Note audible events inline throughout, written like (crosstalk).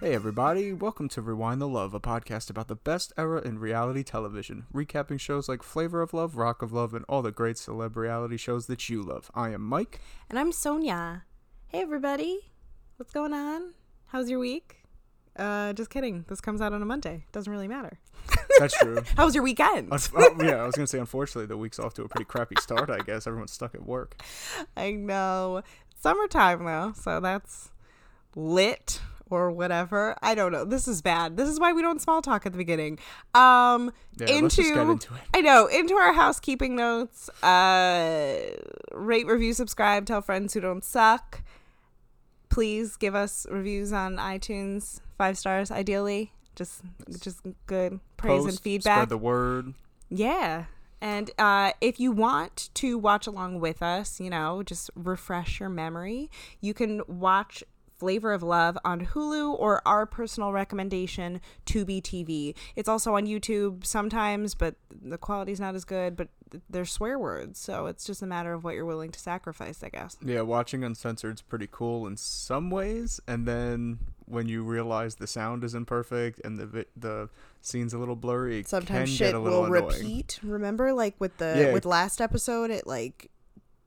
Hey, everybody, welcome to Rewind the Love, a podcast about the best era in reality television, recapping shows like Flavor of Love, Rock of Love, and all the great celeb reality shows that you love. I am Mike. And I'm Sonia. Hey, everybody. What's going on? How's your week? Uh, just kidding. This comes out on a Monday. Doesn't really matter. That's true. How was your weekend? Unf- oh, yeah, I was going to say, unfortunately, the week's off to a pretty crappy start, I guess. Everyone's stuck at work. (laughs) I know. It's summertime, though, so that's lit or whatever. I don't know. This is bad. This is why we don't small talk at the beginning. Um, Yeah, into, let's just get into it. I know into our housekeeping notes. Uh, rate, review, subscribe. Tell friends who don't suck. Please give us reviews on iTunes. Five stars, ideally. Just, just good praise and Post, feedback. Spread the word. Yeah. And uh, if you want to watch along with us, you know, just refresh your memory, you can watch Flavor of Love on Hulu or our personal recommendation, Tubi TV. It's also on YouTube sometimes, but the quality's not as good, but th- they're swear words. So it's just a matter of what you're willing to sacrifice, I guess. Yeah, watching uncensored's pretty cool in some ways, and then when you realize the sound is imperfect and the vi- the scene's a little blurry, it sometimes can shit get a little will annoying. repeat. Remember, like with the Yeah. with last episode, it like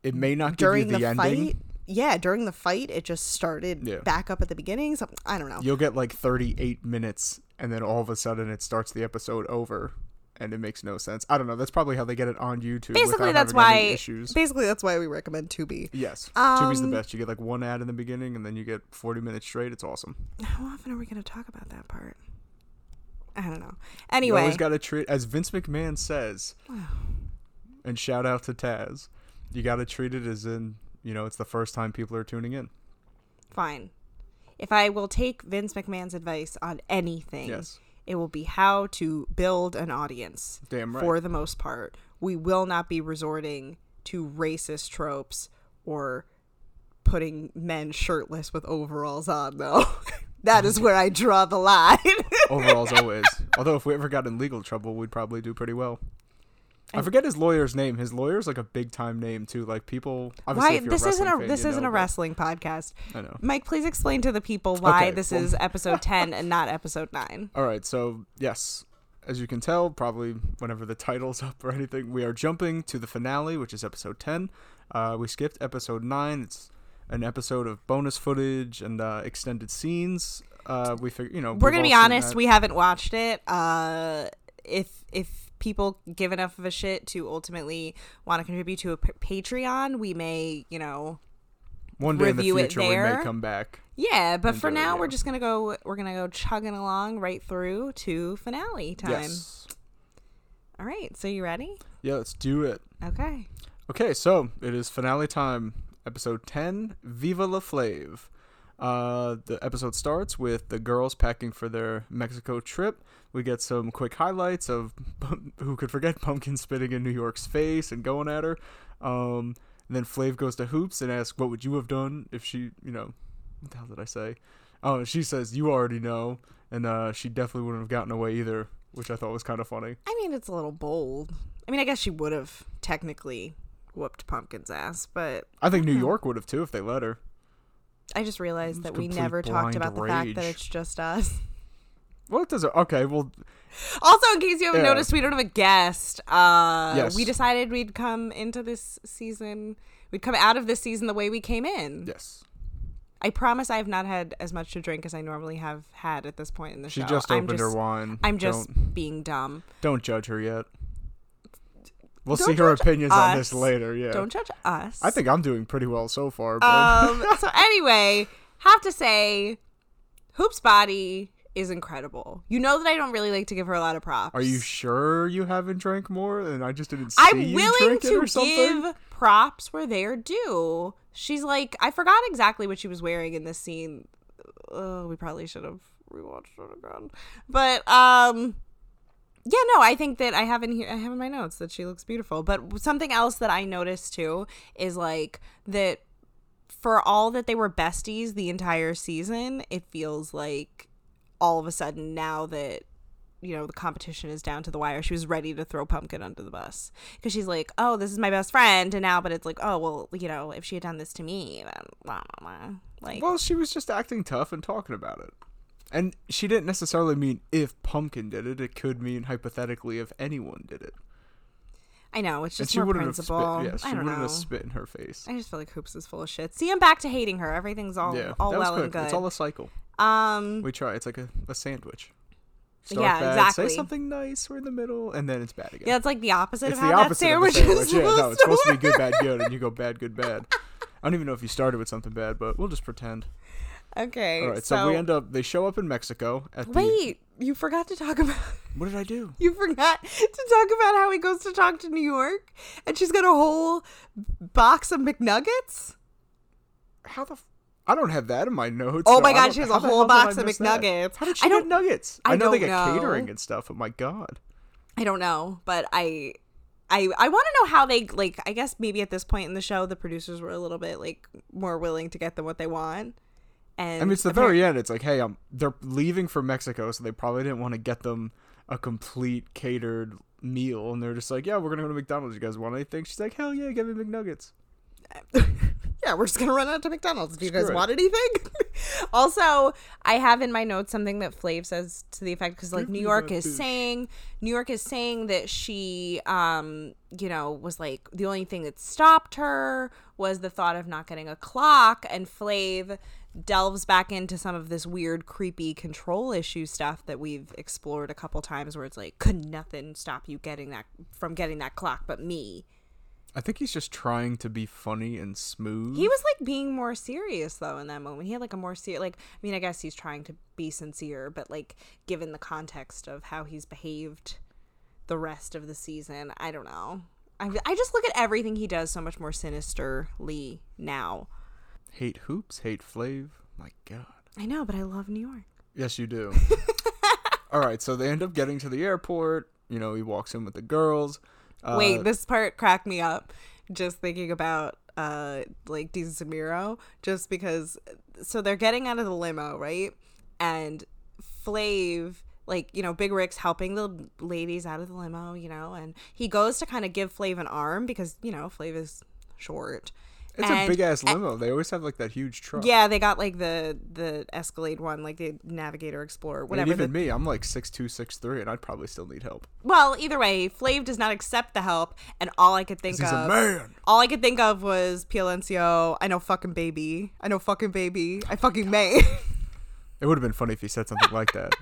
It may not give you during the, the, ending. fight. Yeah, during the fight, it just started Yeah. back up at the beginning. Something I don't know. You'll get like 38 minutes, and then all of a sudden it starts the episode over, and it makes no sense. I don't know. That's probably how they get it on YouTube. Basically, without that's having any why- issues. Basically, that's why we recommend Tubi. Yes, Tubi's the Um, best. You get like one ad in the beginning, and then you get 40 minutes straight. It's awesome. How often are we going to talk about that part? I don't know. You Anyway, always got to treat, as Vince McMahon says, and shout out to Taz, you got to treat it as in, you know, it's the first time people are tuning in. fine. If I will take Vince McMahon's advice on anything, Yes. it will be how to build an audience Damn right. for the most part. We will not be resorting to racist tropes or putting men shirtless with overalls on, though. (laughs) that is where I draw the line. Overalls always. Although, if we ever got in legal trouble, we'd probably do pretty well. I forget his lawyer's name. His lawyer's like a big time name too. Like people. obviously, why if you're this wrestling isn't a fan, this you isn't know, a wrestling podcast. but- I know. Mike, please explain to the people why Okay, this well- is episode 10 and not episode 9. All right, so yes, as you can tell, probably whenever the title's up or anything, we are jumping to the finale, which is episode 10. Uh, we skipped episode 9. It's an episode of bonus footage and uh, extended scenes. Uh, we figure, you know, (laughs) we're we've gonna be all seen honest that. we haven't watched it uh if if people give enough of a shit to ultimately want to contribute to a p- patreon we may you know one day in the review it future we may there. come back. yeah but And for do it, now we're yeah. just gonna go we're gonna go chugging along right through to finale time Yes, all right so you ready yeah, let's do it. okay Okay, so it is finale time, episode 10, Viva la Flave. Uh, the episode starts with the girls packing for their Mexico trip. We get some quick highlights of (laughs) who could forget Pumpkin spitting in New York's face and going at her. Um, and then Flav goes to Hoops and asks, What would you have done if she, you know, what the hell did I say? Oh, she says, You already know. And uh, she definitely wouldn't have gotten away either, which I thought was kind of funny. i mean it's a little bold i mean i guess she would have technically whooped pumpkin's ass but I think New York would have too if they let her. i just realized that we complete never talked blind about the fact that rage. it's just us What does it? Okay, well, (laughs) Also, in case you haven't Yeah. noticed, we don't have a guest. Uh, Yes. We decided we'd come into this season, we'd come out of this season the way we came in. yes. I promise I have not had as much to drink as I normally have had at this point in the She show. just opened I'm just, her wine. I'm just Don't, being dumb. don't judge her yet. We'll Don't see her judge opinions on this us. later. Yeah. Don't judge us. I think I'm doing pretty well so far. But (laughs) Um, so anyway, have to say, Hoop's body is incredible. You know that I don't really like to give her a lot of props. are you sure you haven't drank more? And I just didn't see I'm you willing drink it or to something. give props where they are due. She's like, I forgot exactly what she was wearing in this scene. Uh, we probably should have rewatched it again, but um, yeah, no, I think that I have in here. I have in my notes that she looks beautiful. But something else that I noticed too is like that for all that they were besties the entire season, it feels like all of a sudden now that you know the competition is down to the wire, she was ready to throw Pumpkin under the bus because she's like, "Oh, this is my best friend," and now, but it's like, "Oh, well, you know, if she had done this to me, then blah blah blah." Like, Well, she was just acting tough and talking about it. And she didn't necessarily mean if Pumpkin did it. It could mean hypothetically if anyone did it. I know it's And just she more wouldn't have spit. principle. Yeah, she I don't wouldn't know. have spit in her face. I just feel like Hoops is full of shit. See, I'm back to hating her. Everything's all yeah, all that was well and quick. good. It's all a cycle. um, (laughs) We try. It's like a, a sandwich. Yeah, exactly. Say something nice. We're in the middle, and then it's bad again. yeah, it's like the opposite it's of the how that opposite sandwich, of a sandwich. is Yeah, supposed no, it's supposed to be work. good, bad, good, and you go bad, good, (laughs) bad. I don't even know if you started with something bad, but we'll just pretend. (laughs) Okay, All right, so, we end up. They show up in Mexico at the. Wait, you forgot to talk (laughs) about. What did I do? You forgot to talk about how he goes to talk to New York, and she's got a whole box of McNuggets. How the? F- I don't have that in my notes. Oh so my I God, don't- she has how a the whole hell did I box of miss that? McNuggets. How did I she get don't- nuggets? I I know they don't get know. catering and stuff. But my God, I don't know, but I. I, I want to know how they like I guess maybe at this point in the show the producers were a little bit like more willing to get them what they want. And I mean, it's the apparent- very end. It's like, hey, i they're leaving for Mexico, so they probably didn't want to get them a complete catered meal, and they're just like, yeah, we're gonna go to McDonald's. You guys want anything? She's like, hell yeah, give me McNuggets. (laughs) Yeah, we're just gonna run out to McDonald's. Do you guys Screw it. want anything? Also, I have in my notes something that Flav says to the effect because like Give New me York that is douche. saying New York is saying that she um you know was like the only thing that stopped her was the thought of not getting a clock and Flav delves back into some of this weird creepy control issue stuff that we've explored a couple times where it's like could nothing stop you getting that from getting that clock but me. I think he's just trying to be funny and smooth. He was like being more serious though in that moment. He had like a more serious, like I mean, I guess he's trying to be sincere, but like given the context of how he's behaved the rest of the season, I don't know. I, I just look at everything he does so much more sinisterly now. hate hoops, hate Flav. My God. I know, but I love New York. Yes, you (laughs) do. All right, so they end up getting to the airport. You know, he walks in with the girls. Uh, Wait, this part cracked me up just thinking about uh like Dean Samiro just because so they're getting out of the limo, right? And Flav like you know big rick's helping the ladies out of the limo you know and he goes to kind of give flav an arm because you know flav is short it's And- a big ass limo. They always have like that huge truck. yeah they got like the the escalade one like the navigator explorer And whatever the even me, I'm like six two, six three, and I'd probably still need help. Well, either way, Flav does not accept the help, and all I could think He's of, a man. all I could think of was PLNCO. I know fucking baby. I know fucking baby. I fucking may. (laughs) It would have been funny if he said something like that.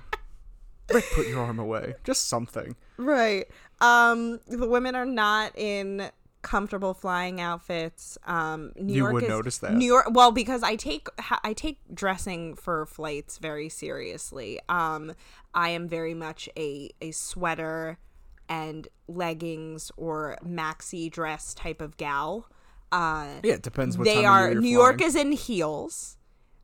Rick, put your arm away. Just something. right. Um, the women are not in comfortable flying outfits. Um, New You York would is- notice that. New York. Well, because I take ha- I take dressing for flights very seriously. Um, I am very much a a sweater and leggings or maxi dress type of gal. Uh, Yeah, it depends what they time are of year you're New flying. York is in heels.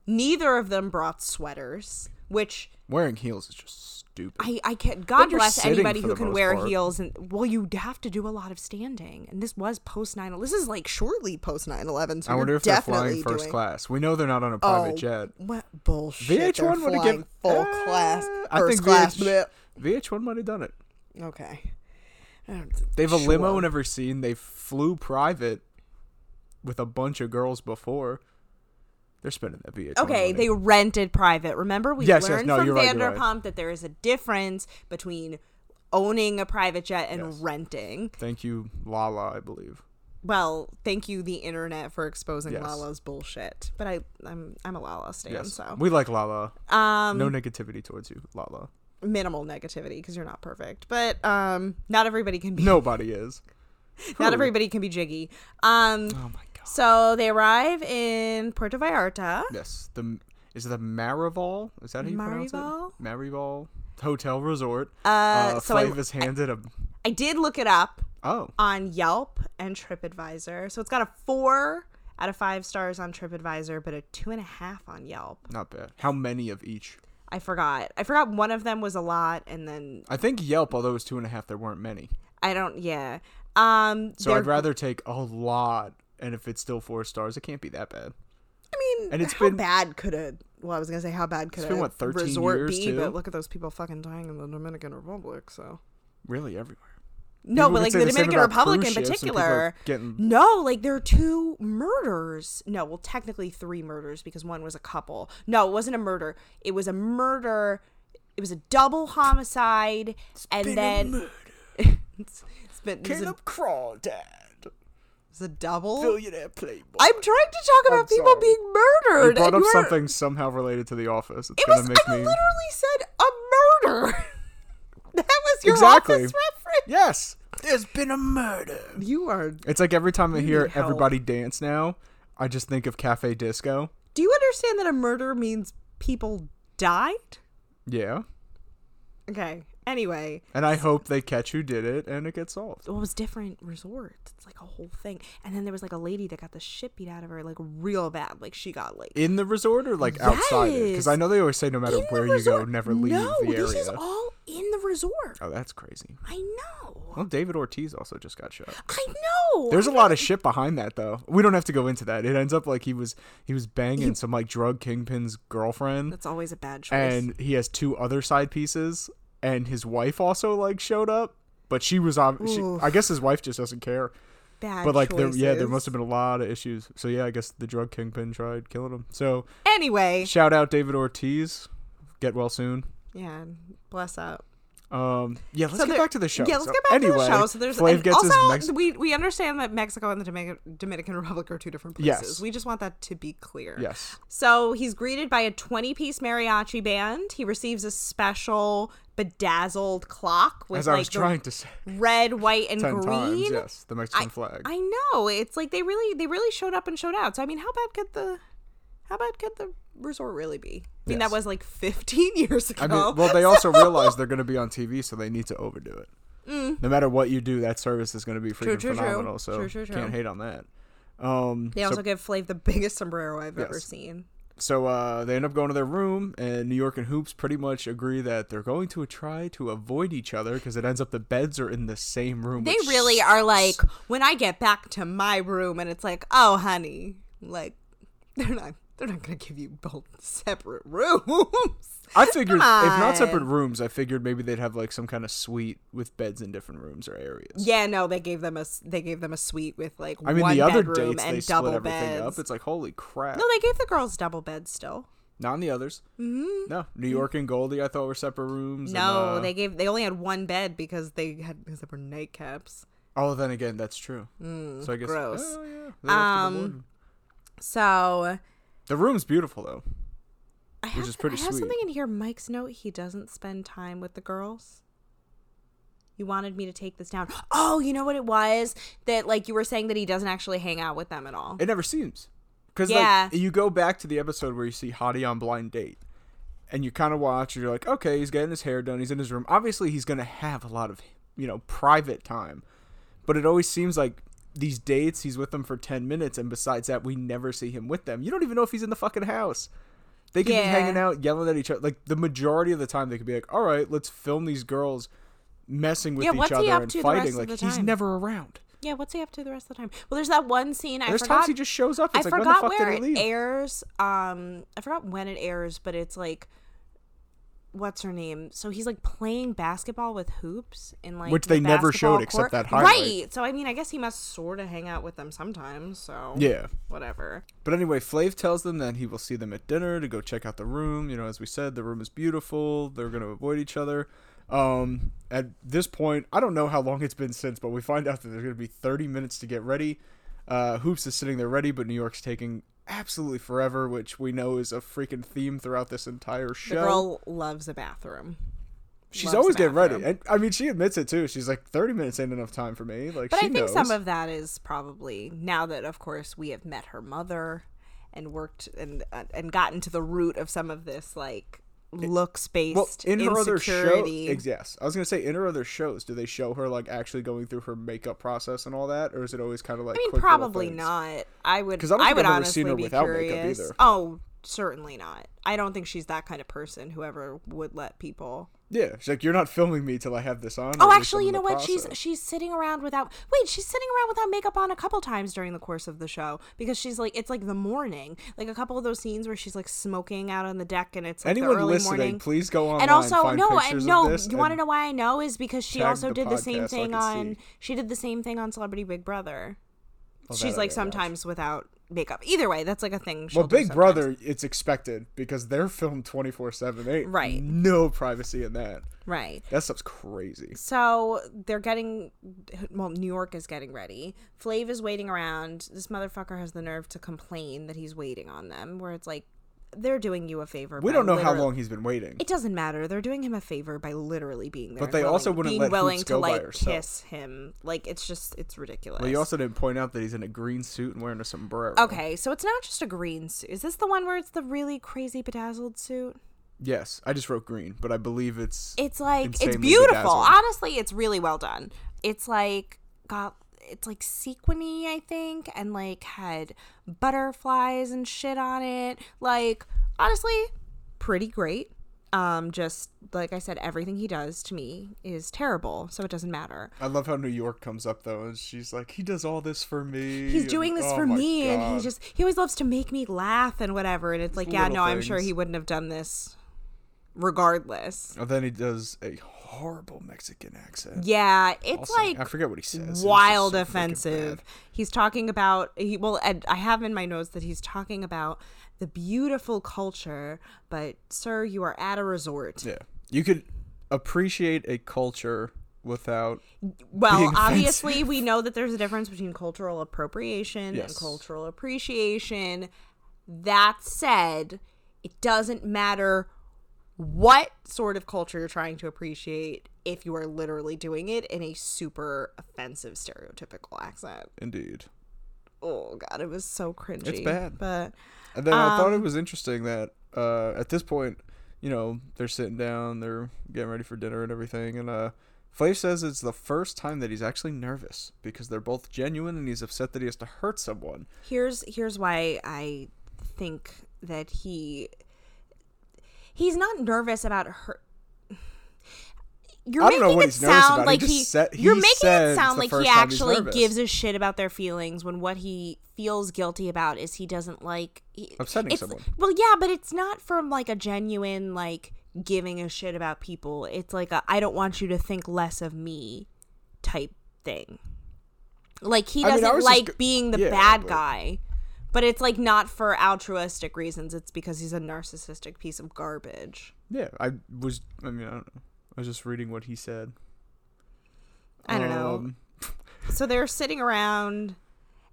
Neither of them brought sweaters, which Wearing heels is just stupid. I, I can't. God you're bless sitting anybody for who the can most wear part. heels. And well, you have to do a lot of standing. And this was post 9 This is like short. Surely post 9-11, so I wonder you're if they're definitely flying first doing... class. We know they're not on a Oh, private jet. What bullshit. they're VH1 would have flying given full Eh, class. First I think class. VH, VH1 might have done it. bleh. Okay. They have a limo Sure. in every scene. They flew private with a bunch of girls before. They're spending that VH1. money. Okay, they rented private. Remember, we Yes, yes, learned no, from you're right, you're Vanderpump right. that there is a difference between owning a private jet and renting. Thank you, Lala, I believe. Well, thank you, the internet, for exposing Yes. Lala's bullshit. But I, I'm, I'm a Lala stan, Yes. so We like Lala. um, no negativity towards you, Lala. minimal negativity because you're not perfect. But um, not everybody can be. Nobody is. (laughs) Not Who? everybody can be jiggy. Um, Oh my god. So they arrive in Puerto Vallarta. Yes. The is it the Marival? Is that how you pronounce Marival? it? Marival Hotel Resort. Uh, so I, Flav is handed a I did look it up oh on Yelp and TripAdvisor. So it's got a four out of five stars on TripAdvisor, but a two and a half on Yelp. not bad. How many of each? I forgot. I forgot one of them was a lot, and then I think Yelp, although it was two and a half, there weren't many. I don't. Yeah. Um. So they're- I'd rather take a lot, and if it's still four stars, it can't be that bad. I mean, And it's how been- bad could a well, I was gonna say how bad could It's been, a what, 13 resort years, be? too? But look at those people fucking dying in the Dominican Republic. So Really, everywhere. No, People but could like say the the same Dominican about cruise Republic in ships and people particular. getting- No, like there are two murders. No, well, technically three murders because one was a couple. No, it wasn't a murder. It was a murder. It was a double homicide, and then (laughs) it's, it's been, it, was a, Oh, it Crawdad, was a double. billionaire playboy. I'm trying to talk about people sorry. being murdered. you brought and up you're- something somehow related to The Office. It's It gonna was. make I me. literally said a murder. (laughs) that was your Exactly. office reference. Yes, there's been a murder. You are. It's like every time I hear need help. everybody dance now, I just think of Cafe Disco. Do you understand that a murder means people died? Yeah, Okay. Anyway, and I hope they catch who did it and it gets solved. what was different resorts? It's like a whole thing. And then there was like a lady that got the shit beat out of her, like real bad. Like she got like. In the resort or like outside it? Because I Yes. know they always say no matter In the where you go, resort- never leave No, the this area. is all in the resort. oh, that's crazy. I know. Well, David Ortiz also just got shot. I know. There's a lot of shit behind that though. We don't have to go into that. It ends up like he was he was banging some like drug kingpin's girlfriend That's always a bad choice. and he has two other side pieces and his wife also like showed up, but she was ob- she, Oof. I guess his wife just doesn't care. bad But like there yeah, there choices. must have been a lot of issues. So yeah, I guess the drug kingpin tried killing him. So Anyway. shout out David Ortiz. Get well soon. Yeah. Bless up. Um yeah, let's So get there- back to the show. Yeah, let's So get back anyway, to the show. So there's Flav and gets his also Mex- we we understand that Mexico and the Dominican, Dominican Republic are two different places. Yes. We just want that to be clear. Yes. So he's greeted by a 20-piece mariachi band. He receives a special bedazzled clock with As I like was the trying (laughs) to say red, white, and ten green. times, yes, the Mexican I, flag. I know. It's like they really they really showed up and showed out. So I mean, how bad could the how bad could the resort really be? I mean, Yes. that was like 15 (laughs) years ago. I mean, well, they (laughs) also realize they're going to be on TV, so they need to overdo it. No matter what you do, that service is going to be freaking Mm. true, true. phenomenal. So True, true, true. can't hate on that. Um, They so also give Flav the biggest sombrero I've ever Yes. seen. so uh, they end up going to their room, and New York and Hoops pretty much agree that they're going to try to avoid each other because it ends up the beds are in the same room. They which really are like, when I get back to my room, and it's like, oh, honey, like they're not they're not gonna give you both (laughs) separate rooms. I figured, if not on. separate rooms, I figured maybe they'd have like some kind of suite with beds in different rooms or areas. yeah, no, they gave them a s- they gave them a suite with like I mean, one the other bedroom dates and they double split everything beds. up. It's like holy crap. no, they gave the girls double beds still. Not on the others. Mm-hmm. No, New York and Goldie, I thought were separate rooms. and, No, uh, they gave they only had one bed because they had because they were nightcaps. Oh, then again, that's true. so I guess Mm, gross. oh, yeah, they left it Um, alone. So the room's beautiful though. I have, is pretty I have sweet. something in here. Mike's note: he doesn't spend time with the girls. You wanted me to take this down. Oh, you know what it was that like you were saying that he doesn't actually hang out with them at all. It never seems because Yeah. like you go back to the episode where you see Hottie on blind date, and you kind of watch. And you're like, okay, he's getting his hair done. He's in his room. Obviously, he's gonna have a lot of you know private time, but it always seems like these dates he's with them for 10 minutes and besides that we never see him with them you don't even know if he's in the fucking house they could be Yeah. hanging out yelling at each other like the majority of the time they could be like all right let's film these girls messing with Yeah, each what's he other up and to the fighting rest of like the he's time? never around yeah, what's he up to the rest of the time? Well, there's that one scene I there's forgot. times he just shows up I it's like when the forgot fuck did where he it leave airs. Um, I forgot when it airs, but it's like, what's her name? So he's like playing basketball with hoops in like Which the they never basketball showed except court. that highlight. Right. So I mean, I guess he must sort of hang out with them sometimes. So yeah whatever. But anyway, Flav tells them that he will see them at dinner to go check out the room. You know, as we said, the room is beautiful. They're going to avoid each other. Um, at this point, I don't know how long it's been since, but we find out that there's going to be 30 minutes to get ready. Uh, Hoops is sitting there ready, but New York's taking absolutely forever, which we know is a freaking theme throughout this entire The show. girl loves a bathroom. She's loves always the getting ready. bathroom. And I mean, she admits it too. She's like, 30 minutes ain't enough time for me. Like, But she I think knows. some of that is probably now that, of course, we have met her mother and worked and uh, and gotten to the root of some of this like looks based well, in her other show, insecurity. ex- yes, I was gonna say in her other shows, do they show her like actually going through her makeup process and all that, or is it always kind of like? I mean, quick little probably things? not. I would. 'Cause I don't I think would I've ever honestly seen her be without makeup curious. either. Oh, certainly not. I don't think she's that kind of person. Whoever would let people. Yeah, she's like, you're not filming me till I have this on. or Oh, at least I'm actually, you in know the what? She's process." she's sitting around without. Wait, she's sitting around without makeup on a couple times during the course of the show because she's like it's like the morning, like a couple of those scenes where she's like smoking out on the deck and it's like the Anyone early listening, morning. please go online. and also find no pictures and no Of this you want to and- know why i know is because she tag also the did the same podcast so I thing can on see. she did the same thing on celebrity big brother Oh, that she's I like didn't watch. sometimes without makeup either way that's like a thing she'll Well, do Big sometimes. Brother, it's expected because they're filmed 24 7. They ain't Right. no privacy in that. right That stuff's crazy. so they're getting well new york is getting ready flav is waiting around this motherfucker has the nerve to complain that he's waiting on them where it's like they're doing you a favor We by don't know how literally- long he's been waiting. it doesn't matter. They're doing him a favor by literally being there. But and they willing, also wouldn't being let willing Hoots to go by like herself. kiss him. Like it's just it's ridiculous. But you also didn't point out that he's in a green suit and wearing a sombrero. Okay, so it's not just a green suit. Is this the one where it's the really crazy bedazzled suit? Yes, I just wrote green, but I believe it's. It's like it's Insanely beautiful. bedazzled. Honestly, it's really well done. It's like got it's like sequiny, I think, and like had butterflies and shit on it. Like honestly, pretty great. Um, just like I said, everything he does to me is terrible, so it doesn't matter. I love how New York comes up though, and she's like, "He does all this for me." he's and- doing this oh for my me and God. he just he always loves to make me laugh and whatever and it's like yeah little no i'm sure things. he wouldn't have done this regardless And then he does a horrible Mexican accent. yeah it's Also, like I forget what he says. It's just wild so freaking offensive bad. he's talking about he well and i have in my notes that he's talking about the beautiful culture but sir you are at a resort Yeah, you could appreciate a culture without. well being obviously we know that there's a difference between cultural appropriation and Yes. cultural appreciation that said it doesn't matter what sort of culture you're trying to appreciate if you are literally doing it in a super offensive stereotypical accent Indeed. oh god it was so cringy bad. but And then I Um, thought it was interesting that uh, at this point, you know, they're sitting down, they're getting ready for dinner and everything, and uh, Flav says it's the first time that he's actually nervous because they're both genuine, and he's upset that he has to hurt someone. here's here's why I think that he he's not nervous about her. You're I don't know making what it he's nervous about. sound He like just he, said- he you're making said it it's sound the like he first time he's actually nervous. gives a shit about their feelings when what he feels guilty about is he doesn't like he, Upsetting it's- someone. Well, yeah, but it's not from like a genuine like giving a shit about people. It's like a I don't want you to think less of me type thing. Like he I mean, I doesn't was just like go- being the Yeah, bad but- guy, but it's like not for altruistic reasons. It's because he's a narcissistic piece of garbage. Yeah, I was. I mean, I don't know. I was just reading what he said. I don't know. Um, So they're sitting around,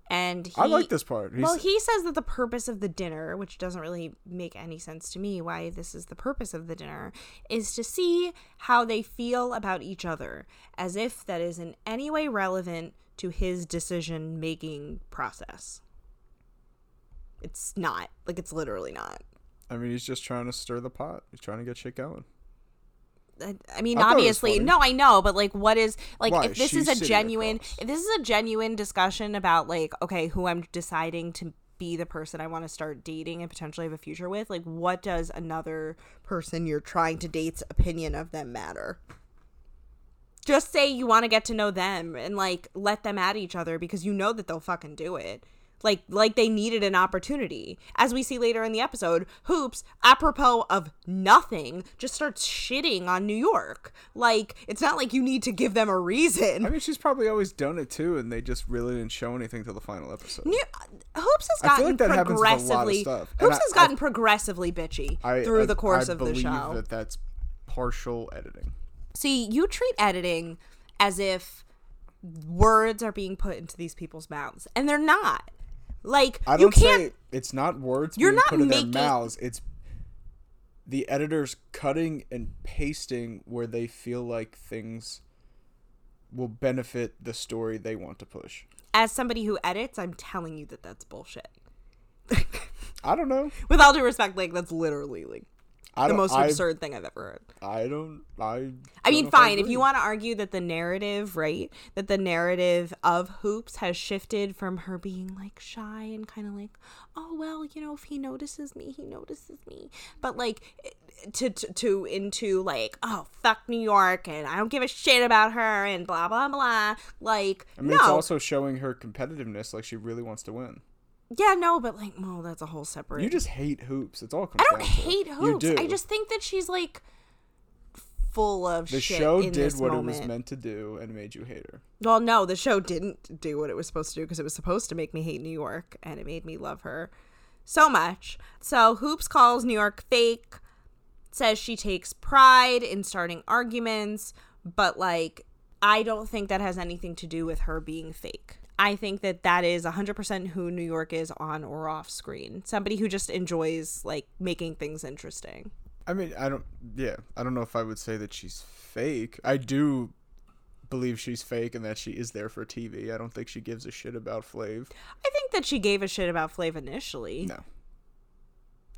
and he, I like this part. He's, Well, he says that the purpose of the dinner, which doesn't really make any sense to me, why this is the purpose of the dinner, is to see how they feel about each other, as if that is in any way relevant to his decision making process. It's not. Like, it's literally not. I mean, he's just trying to stir the pot. He's trying to get shit going. I- I mean, I thought it was obviously, funny. no, I know, but like, what is like Why? if this She's is a sitting genuine, across. if this is a genuine discussion about like, okay, who I'm deciding to be the person I want to start dating and potentially have a future with, like, what does another person you're trying to date's opinion of them matter? Just say you want to get to know them and like let them at each other because you know that they'll fucking do it. Like, like they needed an opportunity. As we see later in the episode, Hoops, apropos of nothing, just starts shitting on New York. Like, it's not like you need to give them a I reason. mean, she's probably always done it too, and they just really didn't show anything till the final episode. New- uh, Hoops has I feel gotten like that happens with a lot of progressively. stuff. And Hoops I- has gotten progressively bitchy I, through I- the course I of the believe show. that that's partial editing. See, you treat editing as if words are being put into these people's mouths, and they're not. Like I you don't can't. say it's not words You're being not put in making- their mouths. It's the editors cutting and pasting where they feel like things will benefit the story they want to push. As somebody who edits, I'm telling you that that's bullshit. (laughs) I don't know. With all due respect, like that's literally like I the don't- most I- absurd thing I've ever heard. I don't. I. I mean, fine. If you want to argue that the narrative, right, that the narrative of Hoops has shifted from her being like shy and kind of like, oh well, you know, if he notices me, he notices me. But like, to to, to into like, oh fuck New York, and I don't give a shit about her, and blah blah blah. Like, I mean, no, it's also showing her competitiveness. Like she really wants to win. yeah, no, but like, well, that's a whole separate. You just hate hoops. It's all. it Comes I don't down to. hate You Hoops. do. I just think that she's like full of The shit show in did this what moment. it was meant to do and made you hate her. Well, no, the show didn't do what it was supposed to do because it was supposed to make me hate New York and it made me love her so much. So Hoops calls New York fake, says she takes pride in starting arguments, but like, I don't think that has anything to do with her being fake. I think that that is 100% who New York is on or off screen. Somebody who just enjoys like making things interesting. I mean, I don't. Yeah, I don't know if I would say that she's fake. I do believe she's fake and that she is there for TV. I don't think she gives a shit about Flav. I think that she gave a shit about Flav initially. No,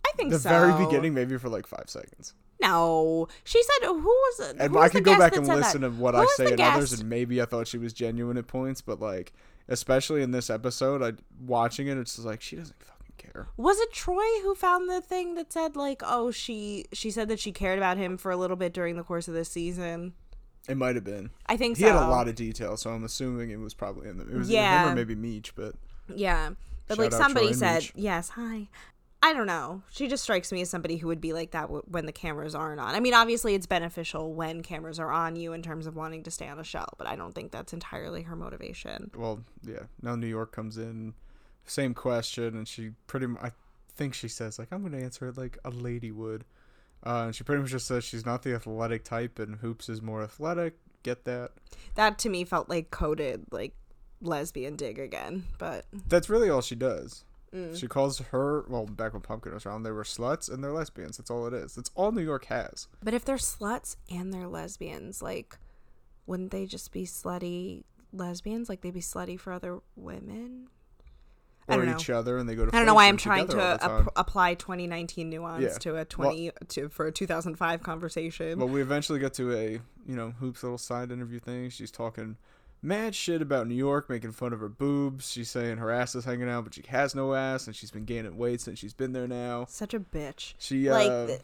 I think the so. very beginning, maybe for like five seconds. No, she said. Who was it? And who I was the could go guest back that and said listen that? to what Who I was say the and others, guest? and maybe I thought she was genuine at points, but like, especially in this episode, I watching it, it's just like she doesn't fucking care. Was it Troy who found the thing that said like, oh, she she said that she cared about him for a little bit during the course of this season? It might have been. I think He so. had a lot of detail, so I'm assuming it was probably in the. It was yeah. him Yeah. or maybe Meech, but yeah, but Shout like out Troy somebody and said, Meech. yes, hi. I don't know. She just strikes me as somebody who would be like that w- when the cameras aren't on. I mean, obviously it's beneficial when cameras are on you in terms of wanting to stay on a shell, but I don't think that's entirely her motivation. well, yeah. Now New York comes in, same question, and she pretty. mu I think she says like, "I'm going to answer it like a lady would," uh, and she pretty much just says she's not the athletic type, and Hoops is more athletic. Get that? That to me felt like coded like lesbian dig again, but That's really all she does. Mm. She calls her well back when Pumpkin was around. They were sluts and they're lesbians. That's all it is. That's all New York has. But if they're sluts and they're lesbians, like, wouldn't they just be slutty lesbians? Like, they'd be slutty for other women? I Or don't know. each other, and they go to. I don't know why functions I'm trying together all to the time. ap- apply 2019 nuance Yeah. to a 20 to for a 2005 conversation. Well, we eventually get to a you know hoops little side interview thing. She's talking mad shit about New York, making fun of her boobs. She's saying her ass is hanging out, but she has no ass, and she's been gaining weight since she's been there now. Such a bitch. She uh, Like,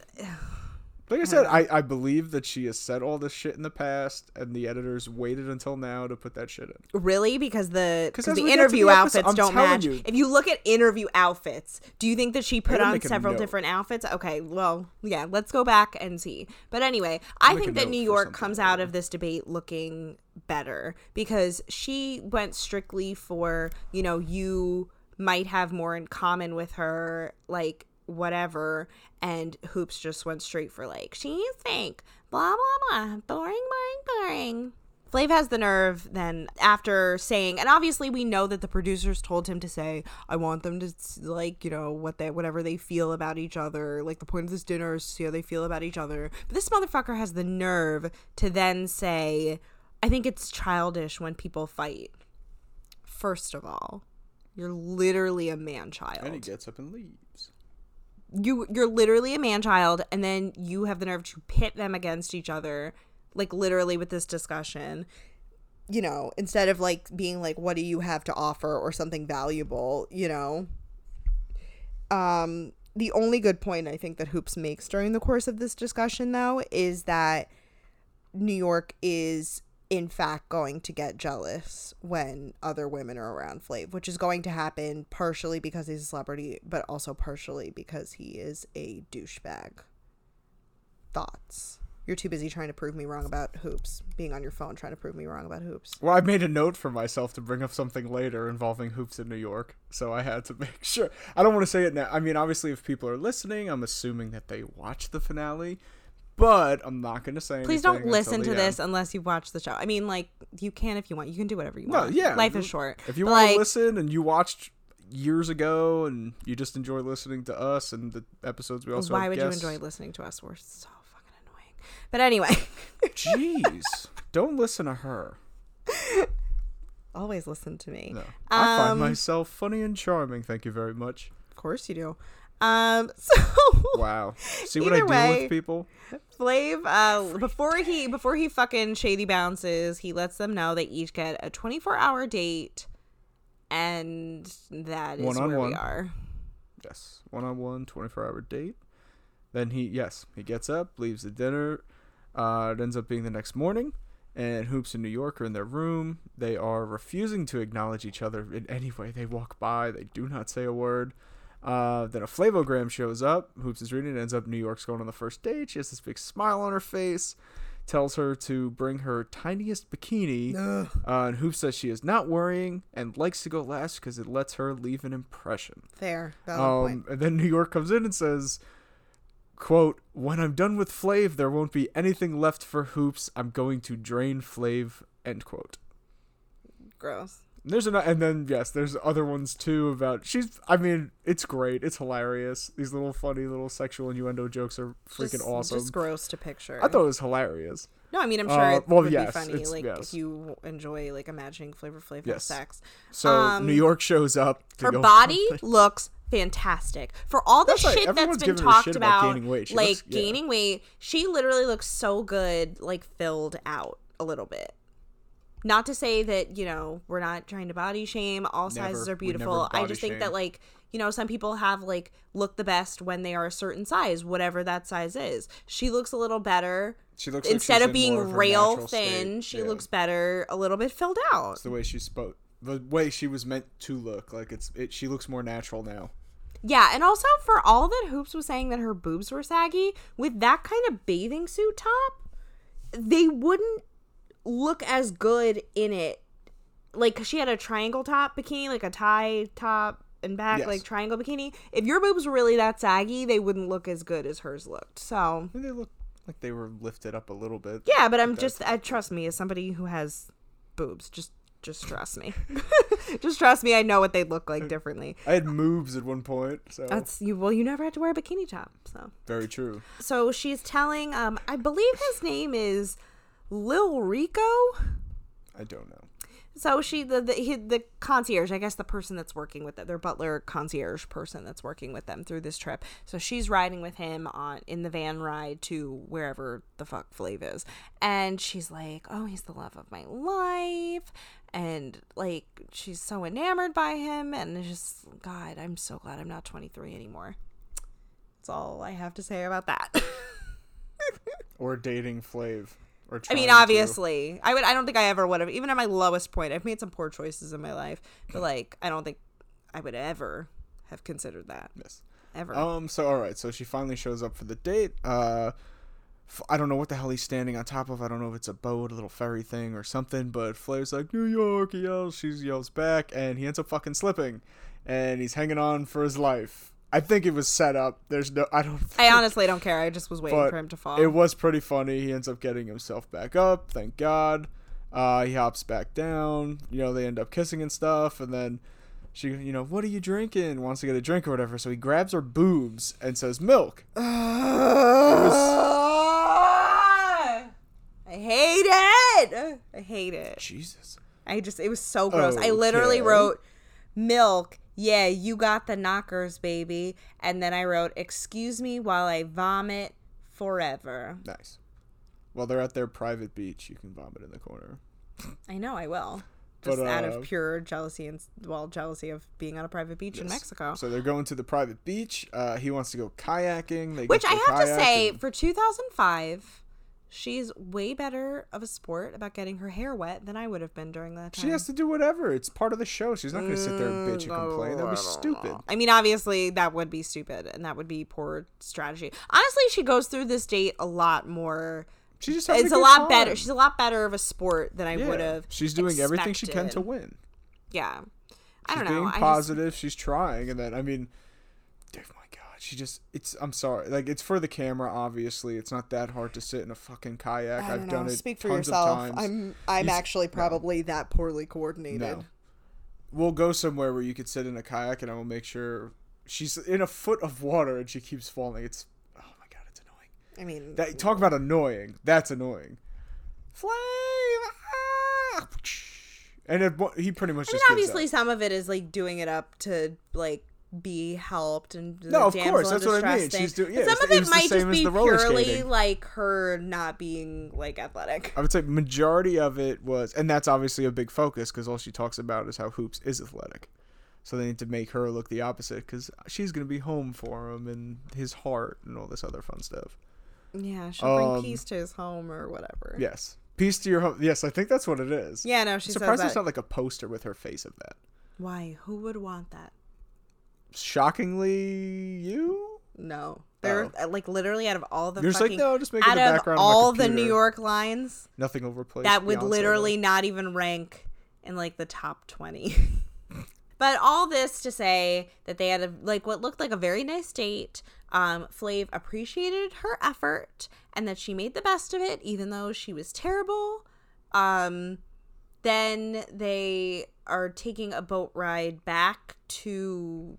like, th- I said, I I believe that she has said all this shit in the past, and the editors waited until now to put that shit in. really? Because the 'Cause 'cause as the we get to interview the episode- outfits I'm don't telling match. you. If you look at interview outfits, do you think that she put will on make a several note. different outfits? Okay, well, yeah, let's go back and see. But anyway, I make a think that note New for York something comes later. out of this debate looking better because she went strictly for, you know, you might have more in common with her, like whatever. And Hoops just went straight for, like, she's fake, blah, blah, blah, boring, boring, boring. Flav has the nerve then after saying, and obviously we know that the producers told him to say, I want them to like, you know, what they, whatever they feel about each other. Like the point of this dinner is to see how they feel about each other. But this motherfucker has the nerve to then say, I think it's childish when people fight. First of all, you're literally a man And he child. gets up and leaves. You you're literally a man child, and then you have the nerve to pit them against each other, like literally with this discussion you know, instead of like being like, what do you have to offer or something valuable, you know? Um, the only good point I think that Hoops makes during the course of this discussion, though, is that New York is, in fact, going to get jealous when other women are around Flav, which is going to happen partially because he's a celebrity, but also partially because he is a douchebag. Thoughts? You're too busy trying to prove me wrong about Hoops, being on your phone trying to prove me wrong about Hoops. Well, I made a note for myself to bring up something later involving hoops in New York, so I had to (laughs) make sure. I don't want to say it now. I mean, obviously, if people are listening, I'm assuming that they watch the finale, but I'm not going to say. Please anything don't listen to until the this end. unless you've watched the show. I mean, like you can if you want. You can do whatever you No, want. yeah, life is you- short. If you But, want like, to listen and you watched years ago and you just enjoy listening to us and the episodes we also why have would guests- you enjoy listening to us? We're so fucking annoying. But anyway, (laughs) (laughs) Jeez, don't listen to her. always listen to me. No, I find Um, myself funny and charming. Thank you very much. Of course you do. Um, (laughs) so Wow. See what I Either deal way- with, people? Flav, uh, before he before he fucking shady bounces, he lets them know they each get a 24 hour date, and that is where One-on-one. we are. Yes. One on one, 24 hour date. Then he, yes, he gets up, leaves the dinner. Uh, it ends up being the next morning, and Hoops and New York are in their room. They are refusing to acknowledge each other in any way. They walk by, they do not say a word. Uh, then a flavogram shows up. Hoops is reading. It ends up New York's going on the first date. She has this big smile on her face. Tells her to bring her tiniest bikini. Uh, and Hoops says she is not worrying and likes to go last because it lets her leave an impression. Fair. Valid point. Um, and then New York comes in and says, "Quote: When I'm done with Flav, there won't be anything left for hoops. I'm going to drain Flav." End quote. Gross. And There's another, and then yes, there's other ones too about she's. I mean, it's great. It's hilarious. These little funny little sexual innuendo jokes are freaking Just- awesome. Just gross to picture. I thought it was hilarious. No, I mean I'm Uh, sure it well, would yes, be funny. it's- Like yes. if you enjoy like imagining Flavor Flav have Yes. sex. So New York shows up. To Um, Her go- (laughs) body looks fantastic for all the That's right, shit that's everyone's been giving her shit talked about about, gaining weight. She like looks- yeah. gaining weight. She literally looks so good, like filled out a little bit. Not to say that you know we're not trying to body shame. All sizes Never. are We never beautiful. I body just think shame. that like you know some people have like look the best when they are a certain size, whatever that size is. She looks a little better. She looks like Instead she's of in being more of her rail natural state, thin, she yeah. looks better, a little bit filled out. the way she spoke, the way she was meant to look. Like it's, it, she looks more natural now. Yeah, and also for all that Hoops was saying that her boobs were saggy, with that kind of bathing suit top, they wouldn't look as good in it. Like 'cause she had a triangle top bikini, like a tie top and back, Yes. like triangle bikini. If your boobs were really that saggy, they wouldn't look as good as hers looked. So I mean, they look like they were lifted up a little bit. yeah, but I'm just I, trust me as somebody who has boobs, just just trust me, (laughs) just trust me. I know what they look like differently. I had moves at one point, so That's you. Well, you never had to wear a bikini top, so. very true. So she's telling, um, I believe his name is Lil Rico. I don't know. So she, the the, he, the concierge, I guess the person that's working with them, their butler concierge person that's working with them through this trip. So she's riding with him on in the van ride to wherever the fuck Flav is, and she's like, "Oh, he's the love of my life," and like she's so enamored by him, and it's just God, I'm so glad I'm not 23 anymore. That's all I have to say about that. (laughs) Or dating Flav. Or I trying mean, to. obviously, I would. I don't think I ever would have. Even at my lowest point, I've made some poor choices in my life, but like, I don't think I would ever have considered that Yes. ever. Um. So all right. So she finally shows up for the date. Uh, f- I don't know what the hell he's standing on top of. I don't know if it's a boat, a little ferry thing, or something. But Flair's like New York. He yells. She yells back, and he ends up fucking slipping, and he's hanging on for his life. I think it was set up. There's no. I don't. I honestly don't care. I just was waiting but for him to fall. It was pretty funny. He ends up getting himself back up, thank God. Uh, he hops back down. You know, they end up kissing and stuff, and then she, you know, what are you drinking? Wants to get a drink or whatever. So he grabs her boobs and says, "Milk." Ah! (sighs) I hate it. I hate it. Jesus. I just it was so gross. I Okay. literally wrote milk. Yeah, you got the knockers, baby. And then I wrote, "Excuse me while I vomit forever." Nice. Well, they're at their private beach. You can vomit in the corner. I know I will. But, Just out uh, of pure jealousy and well, jealousy of being on a private beach in Mexico. So they're going to the private beach. Uh, he wants to go kayaking. They go Which for I have to kayak say, and- for 2005, she's way better of a sport about getting her hair wet than I would have been during that time. she has to do whatever. It's part of the show. She's not going to sit there and bitch and complain. That'd be stupid. Mm, I mean, obviously, that would be stupid and that would be poor strategy. Honestly, she goes through this date a lot more. She just having It's a good lot time. better. She's a lot better of a sport than I Yeah. would have. She's doing everything she can to expected. win. Yeah. I She's don't know. being I just- positive. She's trying, and then I mean, oh my god, she just. It's. I'm sorry. Like it's for the camera. Obviously, it's not that hard to sit in a fucking kayak. I don't I've know. done it. Speak for tons yourself. Of times. I'm I'm You s- actually probably that poorly coordinated. No. We'll go somewhere where you could sit in a kayak, and I will make sure she's in a foot of water, and she keeps falling. It's. Oh my god, it's annoying. I mean, That talk about annoying. That's annoying. Flame. Ah! And it, he pretty much just I mean, gives up. obviously, some of it is like doing it up to like be helped and the No, of damsel course, in that's what I distress mean. thing. She's doing- But yeah, some of it it, was the might same just as be the roller purely skating. like her not being like athletic. I would say majority of it was, and that's obviously a big focus because all she talks about is how Hoops is athletic. So they need to make her look the opposite because she's gonna be home for him and his heart and all this other fun stuff. Yeah, she'll Um, bring peace to his home or whatever. Yes, peace to your home. Yes, I think that's what it is. Yeah, no, she surprised says there's that. not like a poster with her face of that. Why? Who would want that? Shockingly, you. No, they're like literally out of all the Oh. You're just like, fucking- "No, just make it out the of background of my all the New computer." York lines Nothing will replace that would Beyonce, though. literally not even rank in like the top twenty. (laughs) but all this to say that they had a, like what looked like a very nice date. Um, Flav appreciated her effort and that she made the best of it, even though she was terrible. Um, then they are taking a boat ride back to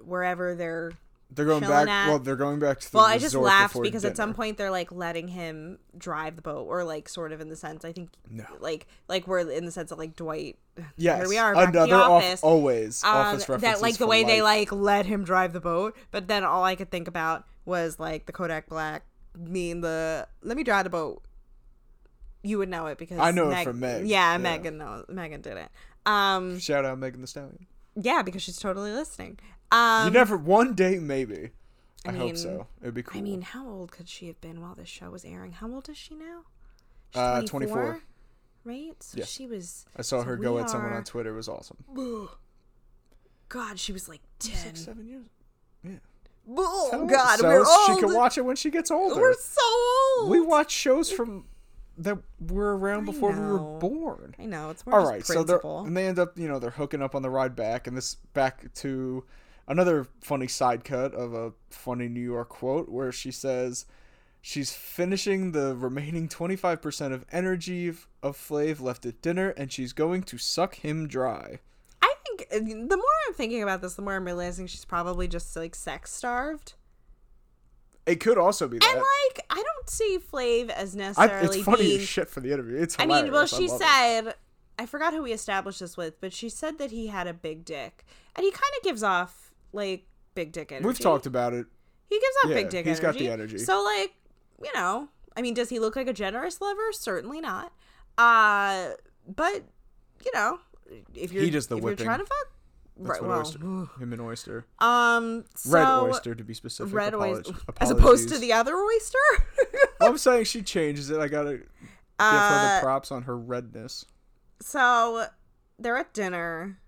wherever they're They're going chilling back. at- Well, they're going back to the well i just resort laughed before because at some dinner. point they're like letting him drive the boat or like sort of in the sense i think No. like like we're in the sense of like dwight Yes, here we are back at the another off- office always um, office references that like the for way they life. like let him drive the boat but then all i could think about was like the kodak black mean the let me drive the boat you would know it because I know it from Meg, yeah, yeah. megan knows megan did it um shout out Megan the Stallion. yeah because she's totally listening um you never one day maybe. I, mean- hope so. It'd be cool. I mean, how old could she have been while this show was airing? How old is she now? She's Uh, 24. Right? So Yes. Uh, she was, I saw so her go we at someone are- on Twitter. It was awesome. God, she was like 10. Six, seven years. Oh, Tell her God, so we're she old. can watch it when she gets older. we're so old. we watch shows from that were around before we know. were born. I know, it's more All just right, so principle. they're and they end up, you know, they're hooking up on the ride back, and this back to another funny side cut of a funny New York quote where she says she's finishing the remaining twenty five percent of energy of of Flav left at dinner, and she's going to suck him dry. I think uh, the more I'm thinking about this, the more I'm realizing she's probably just like sex starved. It could also be that. And like, I don't see Flav as I, necessarily it's funny being as shit for the interview. It's I mean, well, hilarious. she love it. said, I forgot who we established this with, but she said that he had a big dick, and he kind of gives off like big dick energy. we've talked about it. He gives off Yeah, big dick he's got energy. the energy. So, like, you know, I mean, does he look like a generous lover? Certainly not. Uh, but you know, if you're He does the if whipping. you're trying to fuck, That's right? what oyster, Well, him and oyster, um, so, red oyster to be specific. red Apolog- oyster, (laughs) as opposed to apologies. the other oyster. (laughs) I'm saying she changes it. I gotta give her Uh, the props on her redness. So they're at dinner,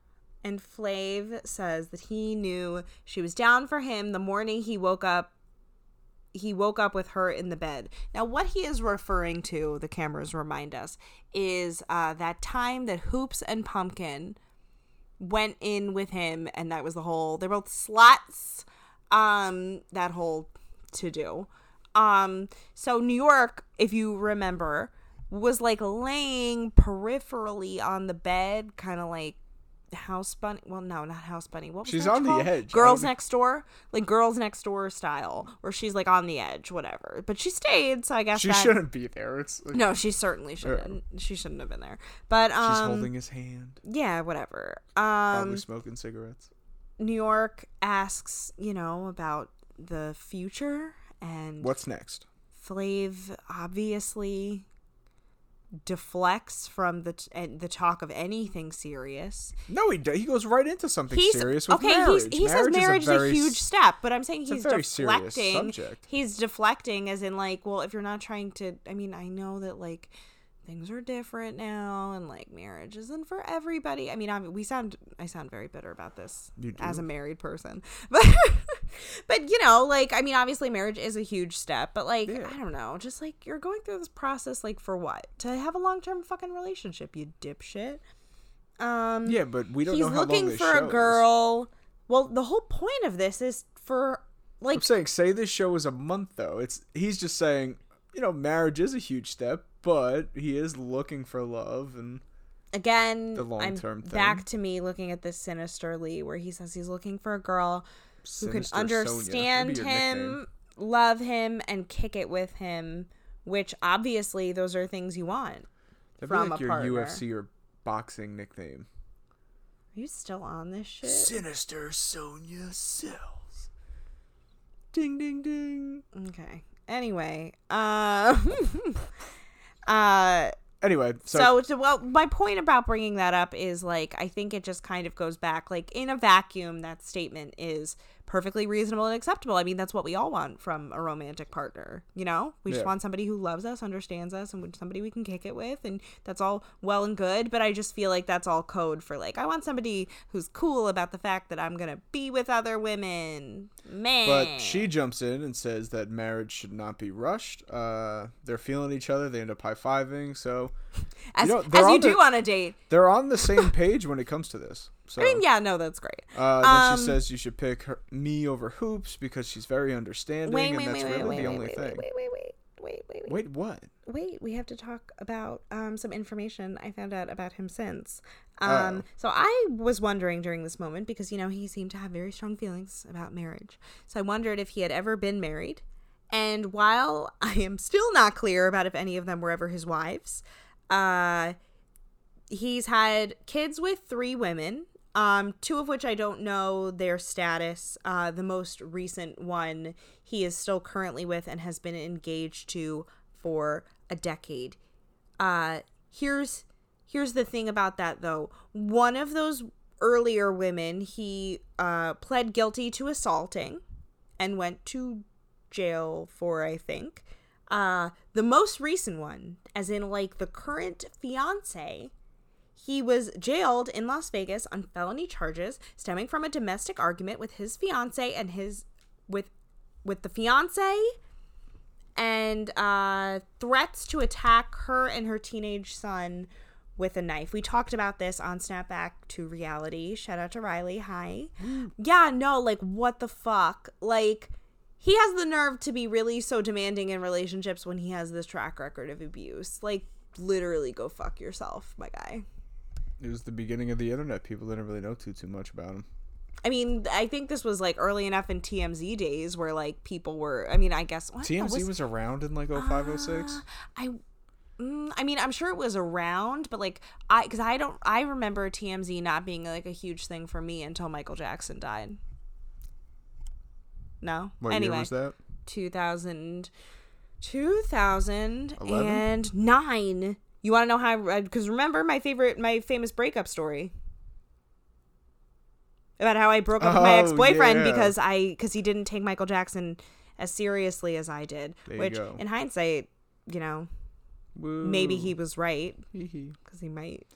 and Flav says that he knew she was down for him the morning he woke up. He woke up with her in the bed. Now, what he is referring to, the cameras remind us, is uh, that time that Hoops and Pumpkin went in with him, and that was the whole. They're both sluts. Um, that whole to do. Um, so New York, if you remember, was like laying peripherally on the bed, kind of like House Bunny. Well, no, not House Bunny. What was She's that on the called? edge. I Girls don't- Next Door, like Girls Next Door style, where she's like on the edge, whatever. But she stayed, so I guess She that- shouldn't be there. It's like, No, she certainly shouldn't. She shouldn't have been there. But um, she's holding his hand, yeah, whatever. probably Um, smoking cigarettes. New York asks, you know, about the future and What's next? Flav obviously deflects from the t- and the talk of anything serious. No, he do- he goes right into something serious with he's- marriage. he says marriage is a, very huge s- step, but I'm saying a he's very serious deflecting. subject. He's deflecting as in like, well, if you're not trying to, I mean, I know that like things are different now, and like marriage isn't for everybody. I mean, I we sound I sound very bitter about this You as a do. married person, (laughs) but but you know, like I mean, obviously marriage is a huge step, but like Yeah. I don't know, just like you're going through this process like for what to have a long term fucking relationship, you dipshit. Um, Yeah, but we don't he's know how looking long this for show a is. girl. Well, the whole point of this is for like I'm saying, say this show is a month though. It's he's just saying, you know, marriage is a huge step, but he is looking for love, and again The I'm long-term thing. back to me looking at this sinisterly where he says he's looking for a girl who can Sinister Sonya. That'd be understand your him, nickname. love him and kick it with him, which obviously those are things you want. That'd from be like a your partner. UFC or boxing nickname. Are you still on this shit? Sinister Sonia Sells. Ding ding ding. Okay. Anyway, um, (laughs) uh, Anyway, so, so, to, well, my point about bringing that up is like I think it just kind of goes back. Like in a vacuum, that statement is perfectly reasonable and acceptable. I mean, that's what we all want from a romantic partner. You know, we just Yeah. want somebody who loves us, understands us, and somebody we can kick it with, and that's all well and good. But I just feel like that's all code for like I want somebody who's cool about the fact that I'm gonna be with other women. Man, but uh, she jumps in and says that marriage should not be rushed. Uh, they're feeling each other. They end up high fiving. So as, you know, they're as you on the- do on a date. they're on the (laughs) same page when it comes to this. So I mean, yeah, no, that's great. Uh, then Um, she says you should pick her, me over hoops because she's very understanding, Wait, and wait, that's wait, really wait, the wait, wait, only wait, thing. wait, wait, wait, wait, wait, wait, wait. Wait, what? wait, we have to talk about um, some information I found out about him since. Um, Oh. So I was wondering during this moment because, you know, he seemed to have very strong feelings about marriage. So I wondered if he had ever been married. And while I am still not clear about if any of them were ever his wives, uh, he's had kids with three women um two of which i don't know their status uh the most recent one he is still currently with and has been engaged to for a decade uh here's here's the thing about that though one of those earlier women he uh pled guilty to assaulting and went to jail for i think uh the most recent one as in like the current fiance he was jailed in Las Vegas on felony charges stemming from a domestic argument with his fiance and his with with the fiance and uh, threats to attack her and her teenage son with a knife. We talked about this on Snapback to Reality. Shout out to Riley. Hi. yeah, no, like what the fuck? Like he has the nerve to be really so demanding in relationships when he has this track record of abuse. Like literally go fuck yourself, my guy. It was the beginning of the internet. People didn't really know too too much about him. I mean, I think this was like early enough in TMZ days where like people were. I mean, I guess well, I don't know, TMZ was, around in like Ah. 0506. I. Mm, I mean, I'm sure it was around, but like I, because I don't, I remember TMZ not being like a huge thing for me until Michael Jackson died. No. what anyway, year was that? 2000, 2009. You want to know how? I Because remember my favorite, my famous breakup story about how I broke up with my Oh, ex boyfriend yeah. because I because he didn't take Michael Jackson as seriously as I did. There you which, go. in hindsight, you know, maybe he was right because he might.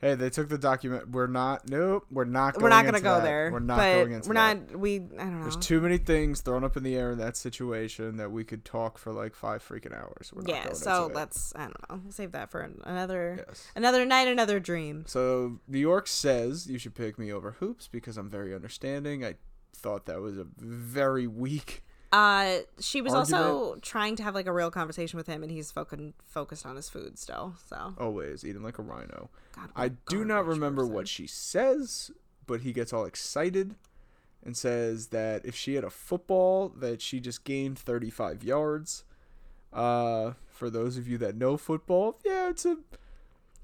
Hey, they took the document. We're not. Nope. We're not. Going we're not into gonna go that. there. We're not but going into. We're that. not. We. I don't know. There's too many things thrown up in the air in that situation that we could talk for like five freaking hours. We're not yeah. going So into it. let's. I don't know. We'll save that for an- another. Yes. Another night, another dream. So New York says you should pick me over hoops because I'm very understanding. I thought that was a very weak. Uh, she was also Argument. trying to have like a real conversation with him, and he's fucking focused on his food still. So Always eating like a rhino. God, what I a do not garbage remember person. what she says, but he gets all excited and says that if she had a football, that she just gained 35 yards. Uh, for those of you that know football, yeah, it's a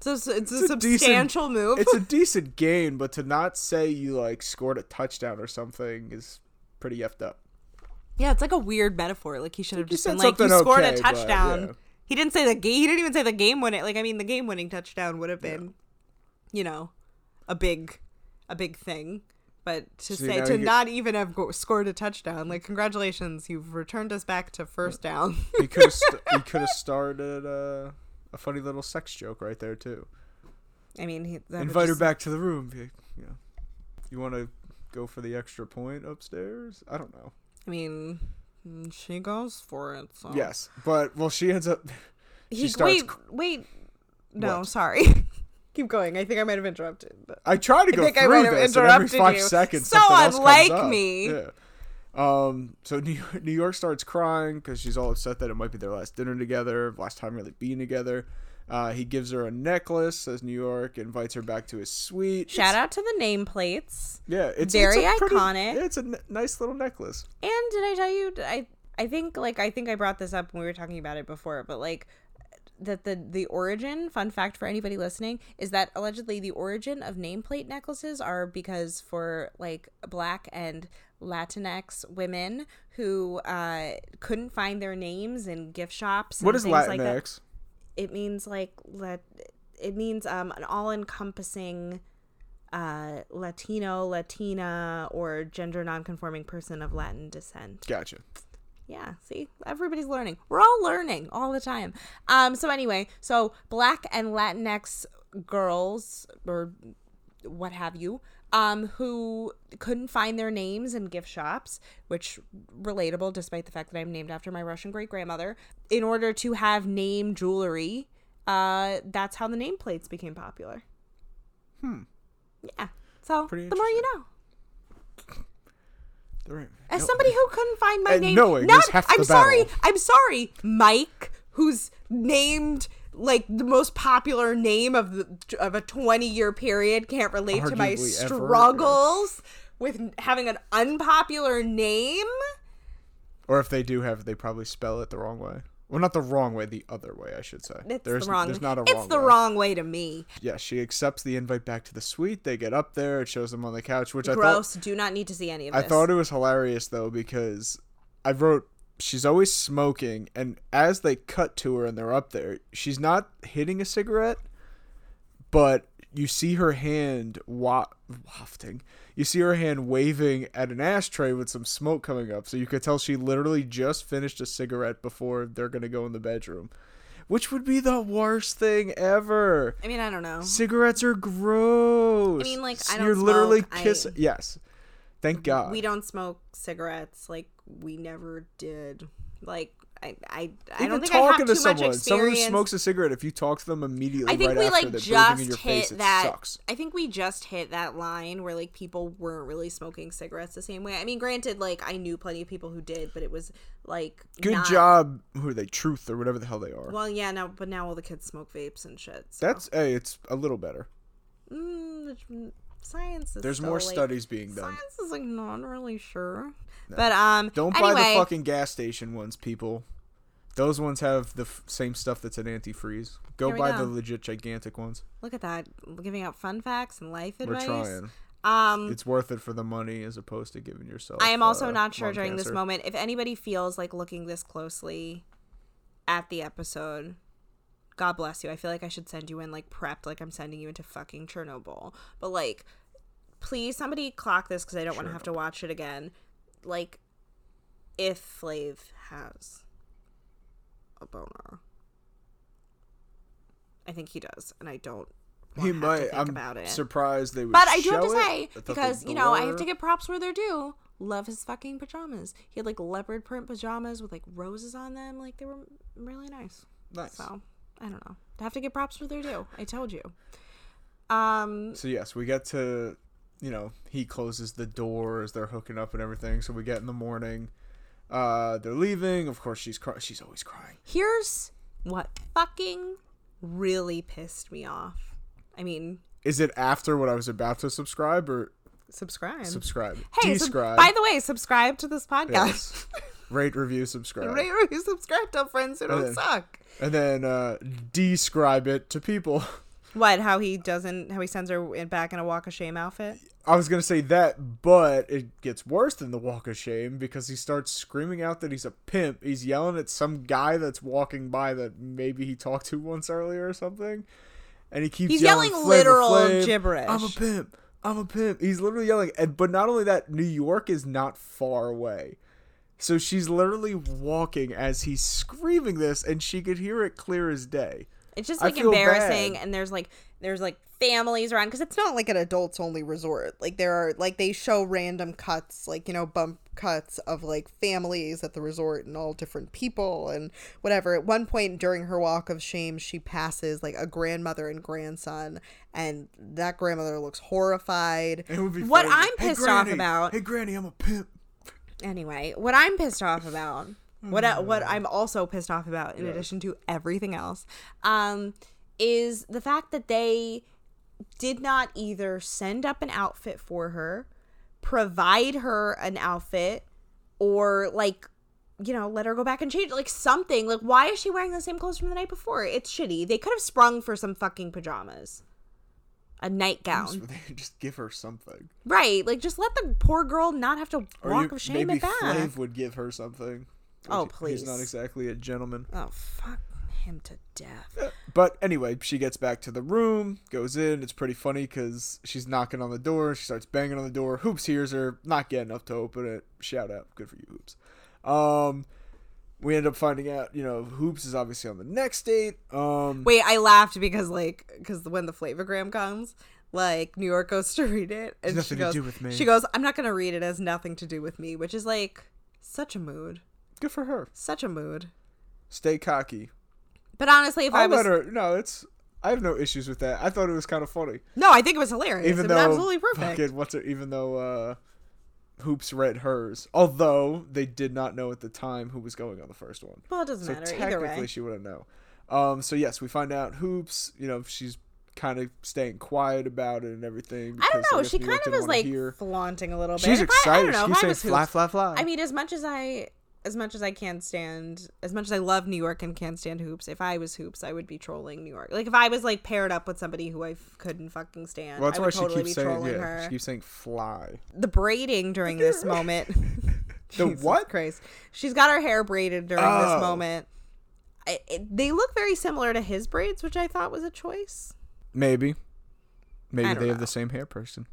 So, so it's, a it's a decent- substantial move. (laughs) it's a decent gain, but to not say you like scored a touchdown or something is pretty effed up. yeah, it's like a weird metaphor. Like he should have just said been like, "You something scored a okay, but, touchdown." yeah. He didn't say the game. He didn't even say the game winning. Like I mean, the game winning touchdown would have been, you know, a big, a big thing. But to See, say now to you get- not even have go- scored a touchdown, like congratulations, you've returned us back to first down. (laughs) He could have st- he could have started uh, a funny little sex joke right there too. I mean, he, that would Invite just- her back to the room. be like, You know, you want to go for the extra point upstairs? I don't know. I mean, she goes for it. So. Yes, but well, she ends up. (laughs) He, She starts wait, wait. No, What? sorry. (laughs) Keep going. I think I might have interrupted. But I try to I go think I through might have this, and every interrupted five you. seconds, So something else comes unlike up. me. Yeah. Um. So New (laughs) York, New York starts crying because she's all upset that it might be their last dinner together, last time really being together. Uh, he gives her a necklace. Says New York invites her back to his suite. shout out to the nameplates. Yeah, it's it's Very a pretty- iconic. yeah, it's a n- nice little necklace. And did I tell you? I I think like I think I brought this up when we were talking about it before, but like that the the origin fun fact for anybody listening is that allegedly the origin of nameplate necklaces are because for like black and Latinx women who uh, couldn't find their names in gift shops. And What is things Like that Latinx? it means like let it means um an all-encompassing uh latino latina or gender non-conforming person of latin descent gotcha. yeah see everybody's learning we're all learning all the time um so anyway so black and latinx girls or what have you um who couldn't find their names in gift shops which relatable despite the fact that i'm named after my russian great grandmother in order to have name jewelry uh that's how the nameplates became popular hmm yeah so Pretty the more you know All right. as No- Uh, somebody who couldn't find my And name, knowing not, is half the I'm sorry. battle. I'm sorry, Mike, who's named like the most popular name of the, of a 20 year period, can't relate to my Arguably ever, struggles with having an unpopular name. Or if they do have, it, they probably spell it the wrong way. Well, not the wrong way, the other way, I should say. It's there's, the wrong. There's not a it's wrong. the way. wrong way to me. Yeah, she accepts the invite back to the suite. They get up there. It shows them on the couch, which I thought Gross. Do not need to see any of I this. thought it was hilarious though because I wrote she's always smoking, and as they cut to her and they're up there, she's not hitting a cigarette, but you see her hand wa- wafting. You see her hand waving at an ashtray with some smoke coming up, so you could tell she literally just finished a cigarette before they're gonna go in the bedroom, which would be the worst thing ever. I mean, I don't know. Cigarettes are gross. I mean, like, S- I don't You're literally smoke, I- kissing. Yes. Thank God. We don't smoke cigarettes. Like we never did. Like I, I, I Even don't think I have talking too to much someone, experience. someone who smokes a cigarette, if you talk to them immediately I think right we after like they're breathing in your just face, hit it that. sucks. I think we just hit that line where like people weren't really smoking cigarettes the same way. I mean, granted, like I knew plenty of people who did, but it was like Good not- job. Who are they? Truth or whatever the hell they are. Well, yeah, no, but now all the kids smoke vapes and shit. So. That's hey, it's a little better. mm, the- science is There's still, more like- studies being done. Science is like not really sure, but um, Don't buy anyway, the fucking gas station ones, people. Those ones have the f- same stuff that's an antifreeze. Go Here we buy the go. legit gigantic ones. Look at that, giving out fun facts and life We're advice. trying. Um, It's worth it for the money as opposed to giving yourself. I am also uh, not sure lung during this cancer. moment if anybody feels like looking this closely at the episode. God bless you. I feel like I should send you in like prepped, like I'm sending you into fucking Chernobyl. But like, please, somebody clock this because I don't want to have to watch it again. Like, if Flav has a boner, I think he does, and I don't. He wanna have to might. think I'm about it. surprised they would. But I do have to show it. say, I thought they because, you know, I have blur. to give props where they're due. Love his fucking pajamas. He had like leopard print pajamas with like roses on them. Like they were m- really nice. Nice. So I don't know. I have to give props where they're due. I told you. Um, So yes, we get to you know, he closes the door as they're hooking up and everything. So we get in the morning. Uh they're leaving. Of course she's cry- she's always crying. here's what fucking really pissed me off. I mean, Is it after what I was about to subscribe or subscribe. subscribe? hey, sub- Describe. by the way, subscribe to this podcast. Yes. Rate, review, subscribe. Rate, review, subscribe, tell friends who don't then- suck. and then uh describe it to people. What? How he doesn't? How he sends her in back in a walk of shame outfit? I was gonna say that, but it gets worse than the walk of shame because he starts screaming out that he's a pimp. He's yelling at some guy that's walking by that maybe he talked to once earlier or something, and he keeps He's yelling, yelling "Flavor literal Flav, gibberish. I'm a pimp. I'm a pimp. He's literally yelling, and but not only that, New York is not far away. So she's literally walking as he's screaming this, and she could hear it clear as day. It's just I like feel embarrassing, bad. and there's like there's like families around because it's not like an adults only resort. Like there are like they show random cuts, like you know bump cuts of like families at the resort and all different people and whatever. At one point during her walk of shame, she passes like a grandmother and grandson, and that grandmother looks horrified. It would be What funny. I'm "Hey, pissed off Granny. about- Hey, Granny, I'm a pimp. Anyway, what I'm pissed off about, what I, what I'm also pissed off about, in addition to everything else, um, is the fact that they did not either send up an outfit for her, provide her an outfit, or like you know, let her go back and change like something. Like why is she wearing the same clothes from the night before? It's shitty. They could have sprung for some fucking pajamas. A nightgown. (laughs) just give her something. Right. Like just let the poor girl not have to walk of shame maybe it back. Flav would give her something. Oh, which he- He's not please. exactly a gentleman. Oh fuck him to death. But anyway, she gets back to the room, goes in. It's pretty funny because she's knocking on the door. She starts banging on the door. Hoops hears her, not getting up to open it. Shout out. Good for you, Hoops. Um, we end up finding out, you know, Hoops is obviously on the next date. Um, Wait, I laughed because like because when the flavogram comes, like New York goes (laughs) to read it and nothing she to goes, do with me. she goes, I'm not gonna read it as nothing to do with me, which is like such a mood, good for her. such a mood. Stay cocky. But honestly, if i I was let her. No, it's. I have no issues with that. I thought it was kind of funny, no, I think it was hilarious. even it though was absolutely perfect. fucking what's it? Even though uh, Hoops read hers, although they did not know at the time who was going on the first one. well, it doesn't So matter either technically, way. she wouldn't know. Um, so yes, we find out Hoops. You know, she's kind of staying quiet about it and everything. I don't because know. guess She New kind York of didn't was wanna like hear- flaunting a little bit. She's If I, I excited. don't She's know. if I saying, was "Fly, Hoops, fly, fly." I mean, as much as I, as much as I can't stand, as much as I love New York and can't stand hoops, if I was hoops, I would be trolling New York. Like if I was like paired up with somebody who I f- couldn't fucking stand, well, that's I why would she totally keeps be saying, trolling yeah, her. she keeps saying (laughs) "fly." The braiding (laughs) during this moment. The (laughs) Jesus what? Christ, she's got her hair braided during Oh. this moment. I, it, they look very similar to his braids, which I thought was a choice. Maybe, maybe I they don't have know. the same hair person.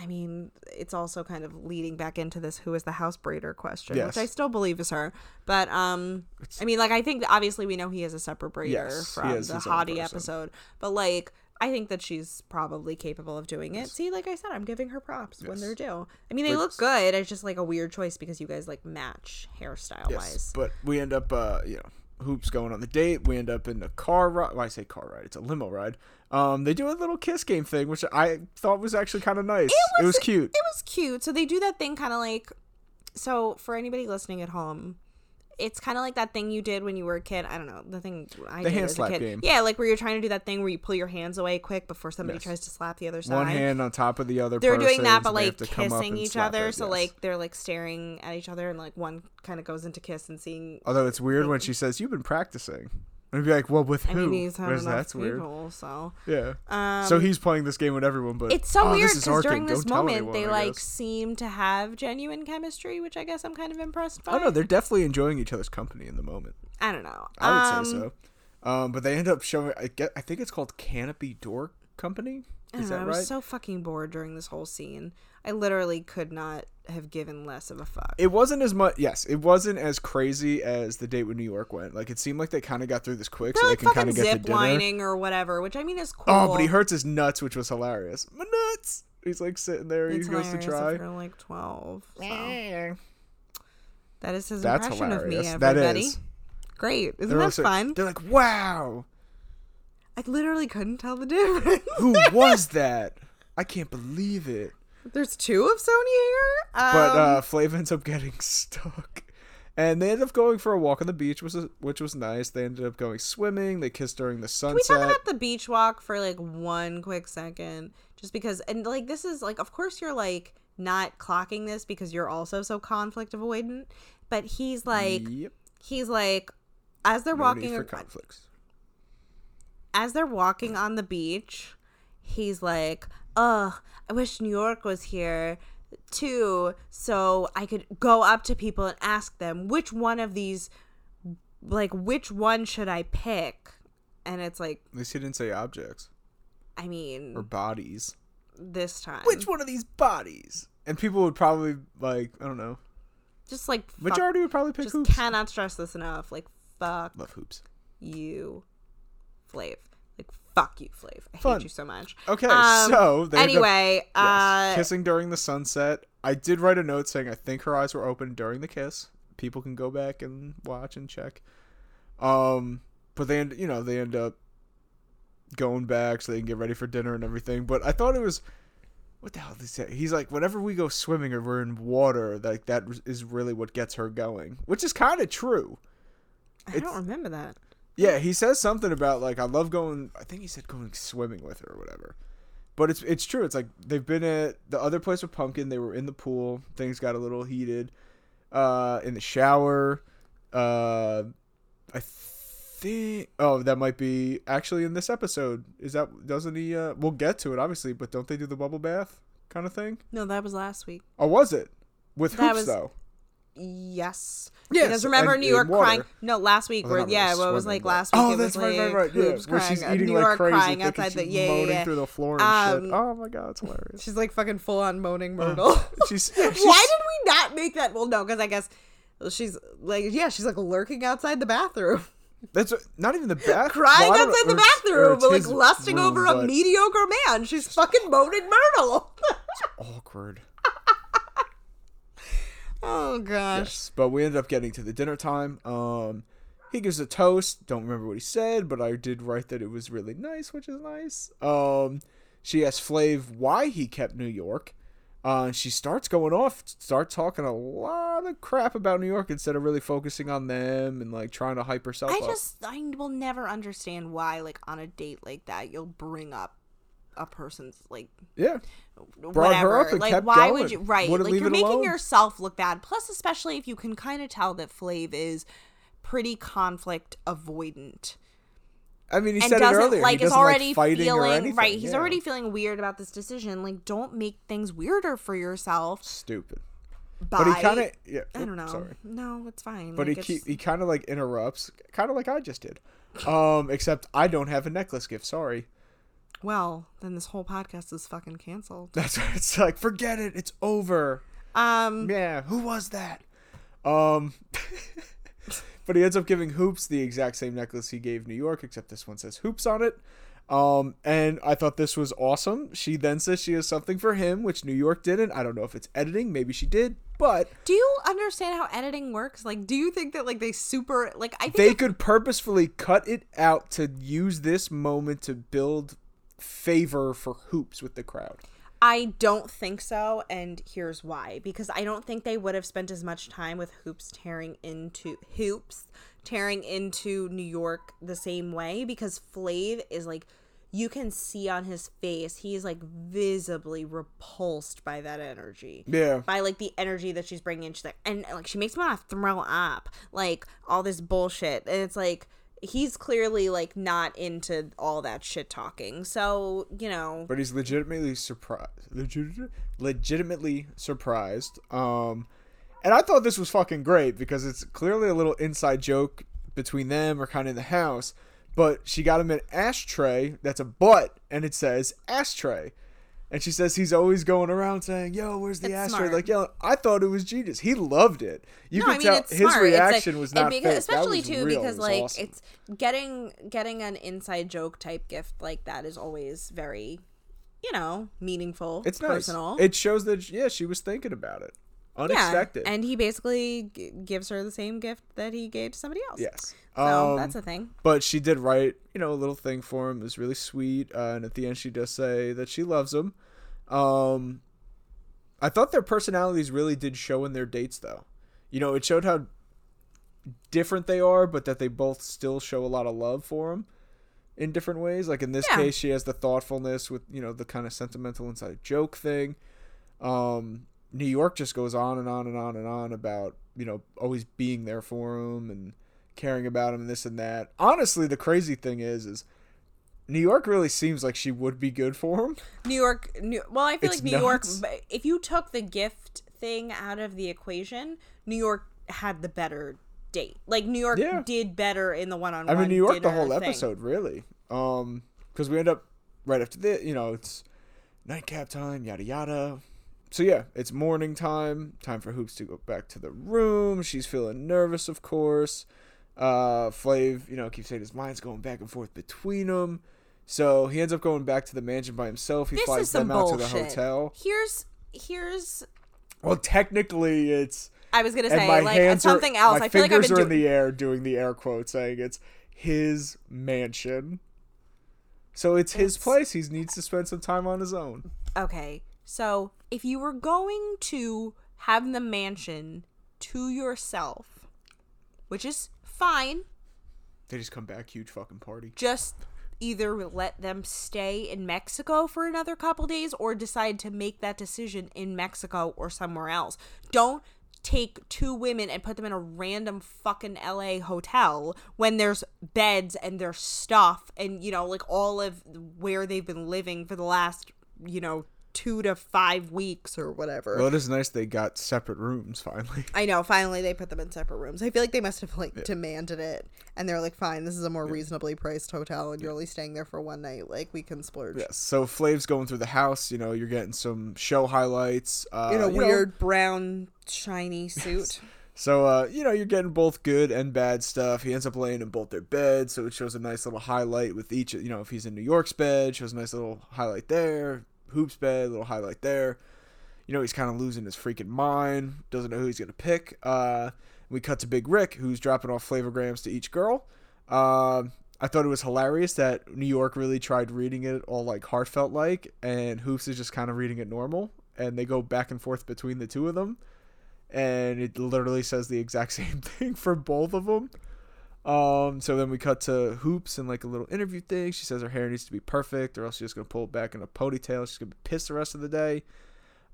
I mean, it's also kind of leading back into this who is the house braider question, Yes. which I still believe is her. But um I mean, like I think obviously we know he is a separate braider Yes, he from is the his own hottie person. episode, but like I think that she's probably capable of doing it. See, like I said, I'm giving her props when Yes. they're due. I mean, they look good. It's just like a weird choice because you guys like match hairstyle wise. But we end up, uh, you know, hoops going on the date. We end up in a car ride. Well, I say car ride. It's a limo ride. Um, they do a little kiss game thing, which I thought was actually kind of nice. It was, cute. it was cute. So they do that thing kind of like so for anybody listening at home, it's kind of like that thing you did when you were a kid. I don't know the thing I The did hand as slap a kid. game. Yeah, like where you're trying to do that thing where you pull your hands away quick before somebody Yes. tries to slap the other side. One hand on top of the other. they're doing person's, that, but and they like have to come up kissing and each slap other. it, so yes. like they're like staring at each other, and like one kind of goes into kiss and seeing. although it's weird when she says, "You've been practicing," and I'd be like, "Well, with I who?" mean, he's had Whereas enough that's weird. people, so Yeah. um, so he's playing this game with everyone, but it's so "Oh, weird this is our because game. during this Don't tell moment anyone," they I like guess. seem to have genuine chemistry, which I guess I'm kind of impressed by. Oh no, they're definitely enjoying each other's company in the moment. I don't know. I would Um, say so. Um, but they end up showing. I get. I think it's called Canopy Door Company. I Is don't that know, Uh, I was right? so fucking bored during this whole scene. I literally could not have given less of a fuck. it wasn't as much. Yes, it wasn't as crazy as the date with New York went. Like it seemed like they kind of got through this quick, so They're they like can kind fucking of get to zip dinner. lining or whatever, which I mean is cool. Oh, but he hurts his nuts, which was hilarious. My nuts. He's like sitting there. It's he goes to hilarious if try. You're like twelve. so. Eh. That is his That's impression hilarious. of me. Everybody. that is. great. Isn't They're that also- fun? They're like, wow, I literally couldn't tell the (laughs) difference. who was that? I can't believe it. There's two of Sony here. Um, But uh, Flav ends up getting (laughs) stuck, and they end up going for a walk on the beach, which was which was nice. They ended up going swimming. They kissed during the we sunset. talk about the beach walk for like one quick second just because and like this is like of course you're like not clocking this because you're also so conflict avoidant but he's like yep. he's like as they're no walking need for ac- conflicts. as they're walking on the beach, he's like, "Ugh, I wish New York was here too, so I could go up to people and ask them which one of these, like, which one should I pick?" And it's like, At least he didn't say objects I mean, or bodies. this time, Which one of these bodies? And people would probably like I don't know. just like fuck, Majority would probably pick just hoops. cannot stress this enough. Like, fuck Love hoops. you, Flav. Like, fuck you, Flav. I Fun. hate you so much. Okay, Um, so they end up- anyway, Yes. uh, kissing during the sunset. I did write a note saying I think her eyes were open during the kiss. People can go back and watch and check. Um, but they end, you know, they end up going back so they can get ready for dinner and everything. But I thought it was, what the hell did he say? He's like, whenever we go swimming or we're in water, like that is really what gets her going, which is kind of true. I don't remember that. Yeah, he says something about like I love going. I think he said going swimming with her or whatever. But it's it's true. It's like they've been at the other place with Pumpkin. They were in the pool. Things got a little heated. uh, in the shower. Uh, I think. Oh, that might be actually in this episode. Is that doesn't he? Uh, we'll get to it obviously, but don't they do the bubble bath kind of thing? No, that was last week. Or was it with That hoops was- though? Yes. Yes, Because remember and- New and York water. crying? No, last week. Well, they're Where, not yeah, really what was swimming, like but- last week? Oh, it that's was right, like right, right. Yeah, boobs where crying, she's uh, eating New like York crazy, crying thinking outside she's the yeah, moaning yeah, yeah. through the floor and shit. Um, Oh my god, it's hilarious. She's like fucking full on moaning (laughs) Myrtle. Oh, she's, yeah, she's- (laughs) Why did we not make that? Well, no, because I guess she's like yeah, she's like lurking outside the bathroom, That's what- not even the bathroom. (laughs) crying outside the bathroom, but like lusting over a mediocre man. She's fucking moaning Myrtle. (laughs) Awkward. oh gosh. Yes, but we ended up getting to the dinner time. Um, he gives a toast. Don't remember what he said, but I did write that it was really nice, which is nice. Um, she asks Flav why he kept New York. Uh, and she starts going off, start talking a lot of crap about New York instead of really focusing on them and like trying to hype herself I up. just I will never understand why like on a date like that you'll bring up a person's like yeah, whatever. her up and like kept why would going. you right? Wouldn't like leave you're it making alone. yourself look bad. Plus, especially if you can kind of tell that Flav is pretty conflict avoidant I mean, he and said it doesn't earlier. like he is doesn't like already fighting or feeling anything. right. He's Yeah. already feeling weird about this decision. Like, don't make things weirder for yourself. stupid. By But he kind of yeah. I don't know. Sorry. No, it's fine. But like, he he, it's- he kind of like interrupts, kind of like I just did. (laughs) Um, except I don't have a necklace gift. Sorry. well, then this whole podcast is fucking canceled. That's what it's like. Forget it. It's over. Um. Yeah. Who was that? Um. (laughs) but he ends up giving Hoops the exact same necklace he gave New York, except this one says Hoops on it. Um, and I thought this was awesome. She then says she has something for him, which New York didn't. I don't know if it's editing. Maybe she did, but Do you understand how editing works? Like, do you think that like they super like I think they if- could purposefully cut it out to use this moment to build favor for hoops with the crowd. I don't think so, and here's why: because I don't think they would have spent as much time with hoops tearing into hoops tearing into New York the same way because Flav is like. You can see on his face, he's like visibly repulsed by that energy. Yeah. by like the energy that she's bringing. She's like, and like she makes me want to throw up, like all this bullshit. And it's like he's clearly like not into all that shit talking. So you know, But he's legitimately surprised. Legit- legitimately surprised. Um, and I thought this was fucking great because it's clearly a little inside joke between them or kind of in the house. But she got him an ashtray that's a butt, and it says ashtray. And she says he's always going around saying, "Yo, where's the That's ashtray?" smart. Like yelling. I thought it was genius. He loved it. You no, could I mean tell it's his smart. It's, like- reaction was and not because, fake. That especially was too real. It because was like awesome. it's getting getting an inside joke type gift like that is always very, you know, meaningful. it's nice. personal. It shows that yeah, she was thinking about it. Unexpected. Yeah, and he basically g- gives her the same gift that he gave to somebody else. yes. so Um, that's a thing. but she did write, you know, a little thing for him. It was really sweet. Uh, and at the end, she does say that she loves him. Um, I thought their personalities really did show in their dates, though. You know, it showed how different they are, but that they both still show a lot of love for him in different ways. Like in this Yeah. case, she has the thoughtfulness with, you know, the kind of sentimental inside joke thing. Um, New York just goes on and on and on and on about, you know, always being there for him and caring about him and this and that. Honestly, the crazy thing is, is New York really seems like she would be good for him. New York, New, well, I feel It's like New York. nuts. York. If you took the gift thing out of the equation, New York had the better date. Like New York Yeah. did better in the one-on-one. I mean, New York the dinner whole thing. episode, really. Um, because we end up right after this, you know, it's nightcap time, yada yada. So yeah, it's morning time. Time for Hoops to go back to the room. She's feeling nervous, of course. Uh, Flav, you know, keeps saying his mind's going back and forth between them. So he ends up going back to the mansion by himself. He This flies is some them out bullshit. to the hotel. Here's here's. Well, technically, it's I was gonna and say my like hands are- something else. My I feel like I've fingers been are doing. in the air doing the air quote, saying it's his mansion. So it's his place. He needs to spend some time on his own. okay, so if you were going to have the mansion to yourself, which is fine, They just come back, huge fucking party. just either let them stay in Mexico for another couple days or decide to make that decision in Mexico or somewhere else. Don't take two women and put them in a random fucking LA hotel when there's beds and there's stuff and you know like all of where they've been living for the last you know 2 to 5 weeks or whatever. Well, it is nice they got separate rooms finally. I know. Finally, they put them in separate rooms. I feel like they must have like demanded it, and they're like, "Fine, this is a more reasonably priced hotel, and you're only staying there for one night. Like, we can splurge." Yes. So Flav's going through the house. You know, you're getting some show highlights. Uh, In a you know, weird brown shiny suit. so uh, you know, you're getting both good and bad stuff. He ends up laying in both their beds, so it shows a nice little highlight with each. You know, if he's in New York's bed, shows a nice little highlight there. Hoop's bed, little highlight there. You know, he's kind of losing his freaking mind. Doesn't know who he's gonna pick. Uh, we cut to Big Rick, who's dropping off flavorgrams to each girl. Um, I thought it was hilarious that New York really tried reading it all like heartfelt like, and Hoops is just kind of reading it normal, and they go back and forth between the two of them, and it literally says the exact (laughs) same thing for both of them. Um, so then we cut to Hoops and like a little interview thing. She says her hair needs to be perfect, or else she's just gonna pull it back in a ponytail. She's gonna be pissed the rest of the day.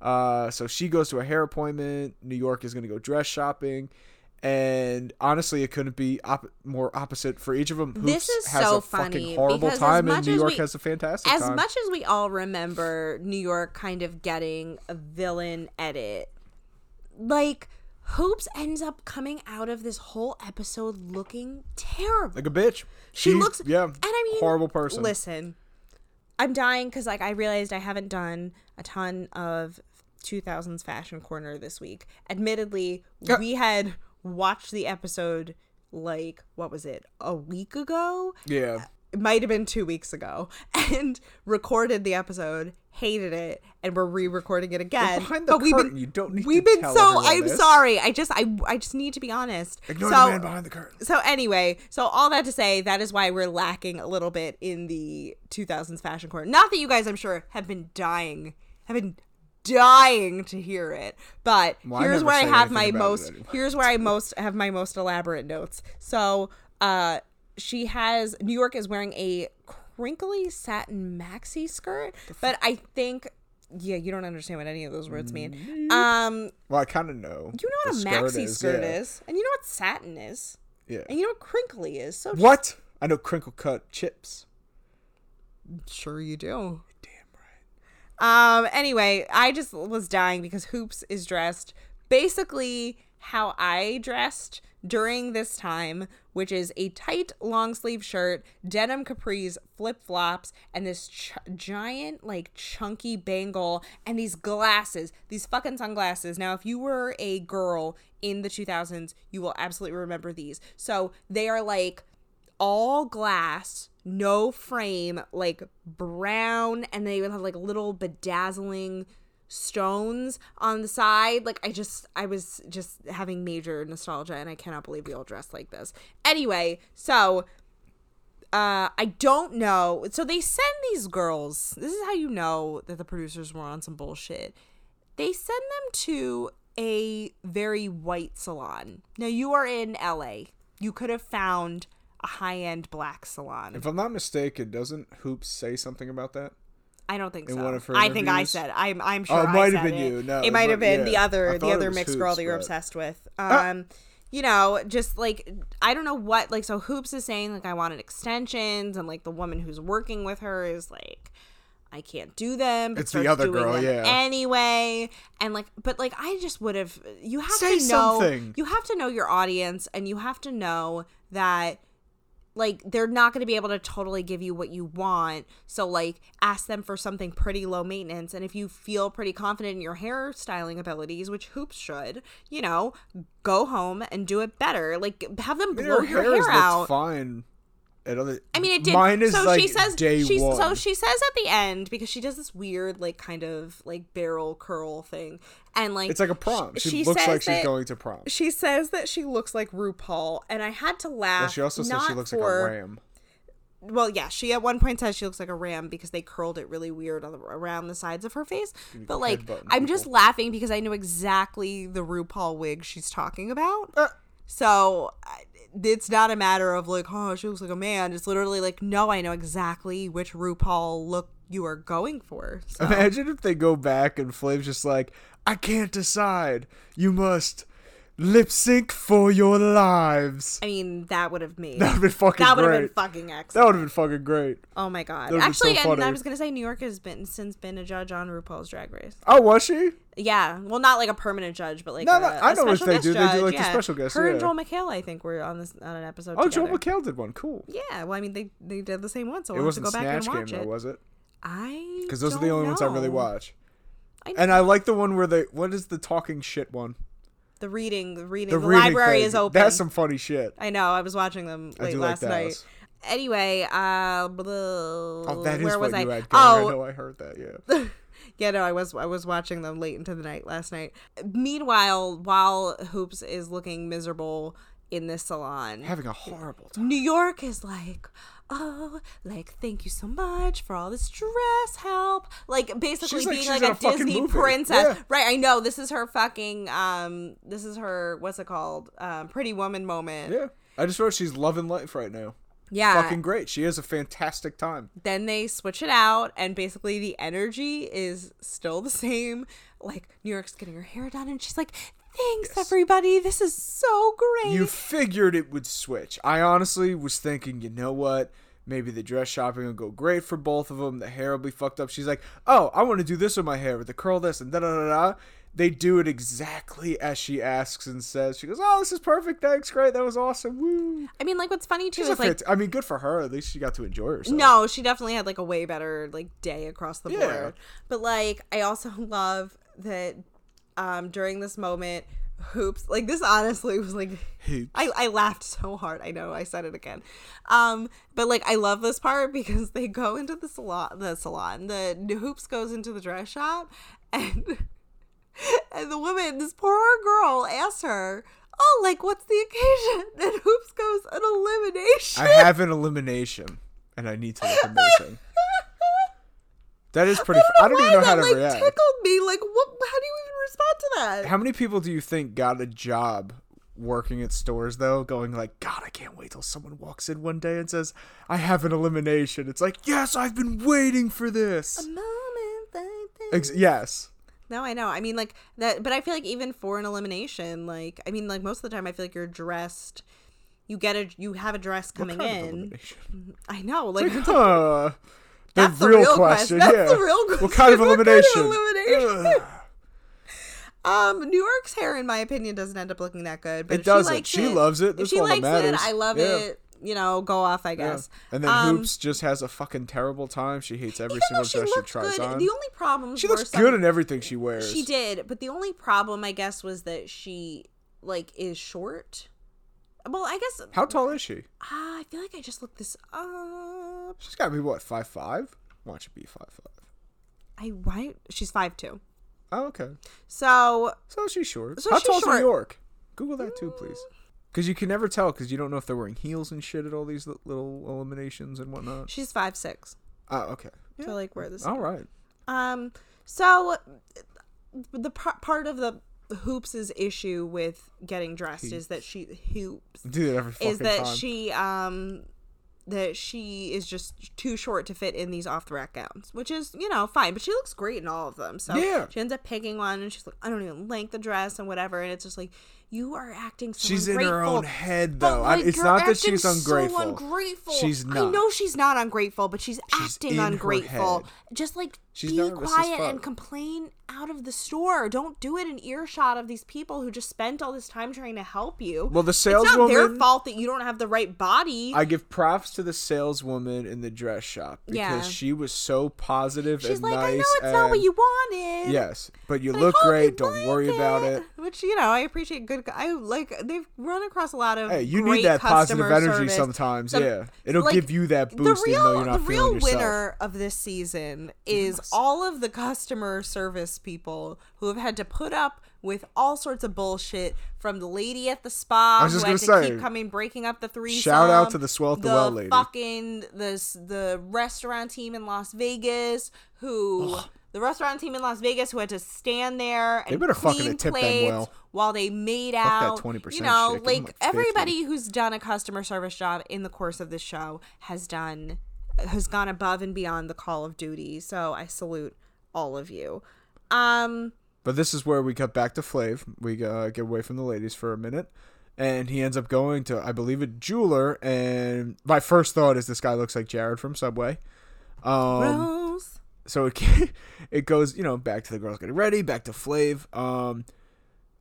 Uh, so she goes to a hair appointment. New York is going to go dress shopping. And honestly, it couldn't be op- more opposite for each of them. This is has so a funny, fucking horrible because as time, much and New as York we- has a fantastic as time. much as we all remember New York kind of getting a villain edit, like Hoops ends up coming out of this whole episode looking terrible. like a bitch. She looks- yeah, and I mean, horrible person. Listen, I'm dying because like I realized I haven't done a ton of 2000s fashion corner this week. Admittedly, Uh we had watched the episode like what was it a week ago? yeah, It might have been two weeks ago, (laughs) and recorded the episode. Hated it, and we're re-recording it again. behind the curtain. You don't need to We've been tell so. everyone I'm this. sorry. I just. I. I just need to be honest. ignore so, the man behind the curtain. so anyway, so all that to say, that is why we're lacking a little bit in the 2000s fashion corner. Not that you guys, I'm sure, have been dying, have been dying to hear it, but Well, I here's never where I say have anything my about it most. anyway. Here's where I most have my most elaborate notes. So, uh, she has New York is wearing a crinkly satin maxi skirt, but I think. Yeah, you don't understand what any of those words mean. Um, Well, I kind of know. you know what Mm-hmm. The a maxi skirt yeah, is, and you know what satin is, Yeah. and you know what crinkly is. So What? I know crinkle cut chips. Sure you do. Damn right. Um anyway, I just was dying because Hoops is dressed basically how I dressed during this time, which is a tight long sleeve shirt, denim capris, flip-flops, and this ch- giant like chunky bangle and these glasses, these fucking sunglasses. Now, if you were a girl in the 2000s, you will absolutely remember these. So, they are like all glass, no frame, like brown, and they would have like little bedazzling stones on the side. Like I just I was just having major nostalgia and I cannot believe we all dressed like this. Anyway, so uh, I don't know. So they send these girls. This is how you know that the producers were on some bullshit. They send them to a very white salon. Now you are in LA. You could have found a high-end black salon. If I'm not mistaken, doesn't Hoops say something about that? I don't think so. one of her I think I interviews? Oh, said. I'm. I'm sure. it I might have said been you. No, it it might have might- been the yeah. other I the thought it other was mixed girl Hoops, that you were but- Ah! obsessed with. Um, you know, just like I don't know what. Like so, Hoops is saying like I wanted extensions, and like the woman who's working with her is like. I can't do them. but It's the starts other doing girl, them yeah. Anyway, and like, but like, I just would have. You have Say to know. something. You have to know your audience, and you have to know that like they're not going to be able to totally give you what you want so like ask them for something pretty low maintenance and if you feel pretty confident in your hairstyling abilities which hoops should you know go home and do it better like have them blow your hair, has looked out fine. At other, I mean, it did. Mine is so like she says, day she, one. So she says at the end because she does this weird, like, kind of like barrel curl thing, and like it's like a prom. sh- She, looks says like she's that- going to prom. She says that she looks like RuPaul, and I had to laugh. Well, she also says she not looks for- like a ram. well, yeah, she at one point says she looks like a ram because they curled it really weird on the, around the sides of her face. But like, headbutting I'm just laughing because I know exactly the RuPaul wig she's talking about. Uh. So I- it's not a matter of like, oh, she looks like a man. It's literally like, no, I know exactly which RuPaul look you are going for. (laughs) So Imagine if they go back and Flame's just like, I can't decide. You must Lip sync for your lives. (laughs) I mean, that would have made That would have been fucking that would great. have been fucking that excellent. would have been fucking great. oh my god! that would've been Actually, so and I funny. was gonna say New York has been since been a judge on RuPaul's Drag Race. Oh, was she? Yeah, well, not like a permanent judge, but like No, a, no, I a know what special they guest do. They do, Judge. like, the yeah. special guest, Her and yeah. Joel McHale, I think, were on this on an episode. Oh, together. Joel McHale did one. Cool. Yeah, well, I mean, they they did the same one, so It we'll have to wasn't go back Snatch and Game watch though, it. was it? I Because those are the don't only ones I really know. watch. I- and I like the one where they. What is the talking shit one? The reading, the reading, The the, reading library thing. is open. That's some funny shit. I know. I was watching them I late do last like that. night. Anyway, uh, blah, Oh, that is where what was I? you had going. I oh, know I heard that. Yeah. (laughs) yeah, no, I was I was watching them late into the night last night. Meanwhile, while Hoops is looking miserable in this salon, Having a horrible time. New York is like, oh, like thank you so much for all this dress help. Like basically She's like- being she's like in a, a fucking Disney movie. princess. Yeah. Right, I know. This is her fucking um this is her what's it called? Um pretty woman moment. Yeah. I just wrote she's loving life right now. Yeah. Fucking great. She has a fantastic time. Then they switch it out and basically the energy is still the same. Like New York's getting her hair done and she's like, Thanks everybody, this is so great. You figured it would switch. I honestly was thinking, you know what? Maybe the dress shopping will go great for both of them. The hair will be fucked up. She's like, oh, I want to do this with my hair, with the curl this and da da da da. They do it exactly as she asks and says. She goes, oh, this is perfect. Thanks. Great. That was awesome. Woo. I mean like what's funny too She's a is like fant- I mean, good for her. At least she got to enjoy herself. No, she definitely had like a way better like day across the Yeah. board. But like I also (laughs) love that um during this moment hoops like this honestly (laughs) was like Hoops. I, I laughed so hard i know i said it again um but like i love this part because they go into the salon the salon the hoops goes into the dress shop (laughs) and and the woman, this poor girl, asks her, "Oh, like what's the occasion?" (laughs) And Hoops goes, "An elimination." I have an elimination, and I need to look (laughs) amazing. that is pretty. I don't, Why even know how that, to like, react. Tickled me. Like, what? How do you even respond to that? How many people do you think got a job working at stores though, going like, God, I can't wait till someone walks in one day and says, I have an elimination. It's like, yes, I've been waiting for this. Moment like that. Ex- yes. No, I know. I mean, like that, but I feel like even for an elimination, like I mean, like most of the time, I feel like you're dressed. You get a, you have a dress coming Kind of in. elimination. (laughs) I know, like Huh. The That's the real, real question. question. That's yeah. the real What kind of question. (laughs) What kind of elimination? elimination? Ugh. (laughs) Um, New York's hair, in my opinion, doesn't end up looking that good. But It if doesn't. She, likes She loves it. if That's she all that likes it. matters. I love Yeah. it. You know, go off. I guess. And then Um, Hoops just has a fucking terrible time. She hates every Even though single she dress she looked tries good, on. the only problem she looks some, good in everything she wears. She did, but the only problem, I guess, was that she like is short. Well, I guess How tall is she? ah, I feel like I just looked this up. She's got to be what five five. Why don't she be five five? I why she's five two. Oh, okay. So So she's short. So How she's tall's New short. York? Google that too, please. Because you can never tell because you don't know if they're wearing heels and shit at all these li- little eliminations and whatnot. she's five six. Oh, okay. So like where this All right. um so the par- part of the hoops' issue with getting dressed is that she hoops Do that every fucking is that time. she um that she is just too short to fit in these off the rack gowns, which is you know fine, but she looks great in all of them. So Yeah. she ends up picking one, and she's like, I don't even like the dress and whatever, and it's just like you are acting. So She's in ungrateful. her own head But, though. I- like, it's you're not that acting she's ungrateful. So ungrateful. She's I not. know she's not ungrateful, but she's, in acting her ungrateful. head. Just like She's be nervous as quiet and fuck. complain out of the store. Don't do it in earshot of these people who just spent all this time trying to help you. Well, the It's not their saleswoman- fault that you don't have the right body. I give props to the saleswoman in the dress shop because Yeah. she was so positive She's and like, nice. I know it's not what and- you wanted. Yes, but you but I look hope you great. Don't like worry about it. Which you know, I appreciate good. I like they've run across a lot of. Hey, you great need that positive customer energy service. sometimes. Some- yeah, it'll like, give you that boost, the real, even though you're not feeling the real yourself. winner of this season is all of the customer service people who have had to put up with all sorts of bullshit from the lady at the spa was just who had to gonna say, keep coming breaking up the three. shout out to the Swell at the Well lady. Fucking the s- the restaurant team in Las Vegas who. The restaurant team in Las Vegas who had to stand there and better fucking clean tip them plates well. while they made that out. 20% you know, shit. Give them like, like 50. everybody who's done a customer service job in the course of this show has done has gone above and beyond the call of duty. So I salute all of you. Um But this is where we cut back to Flav. We uh, get away from the ladies for a minute. And he ends up going to, I believe, a jeweler. And my first thought is this guy looks like Jared from Subway. Um, Rose. so it (laughs) it goes you know back to the girls getting ready back to flav um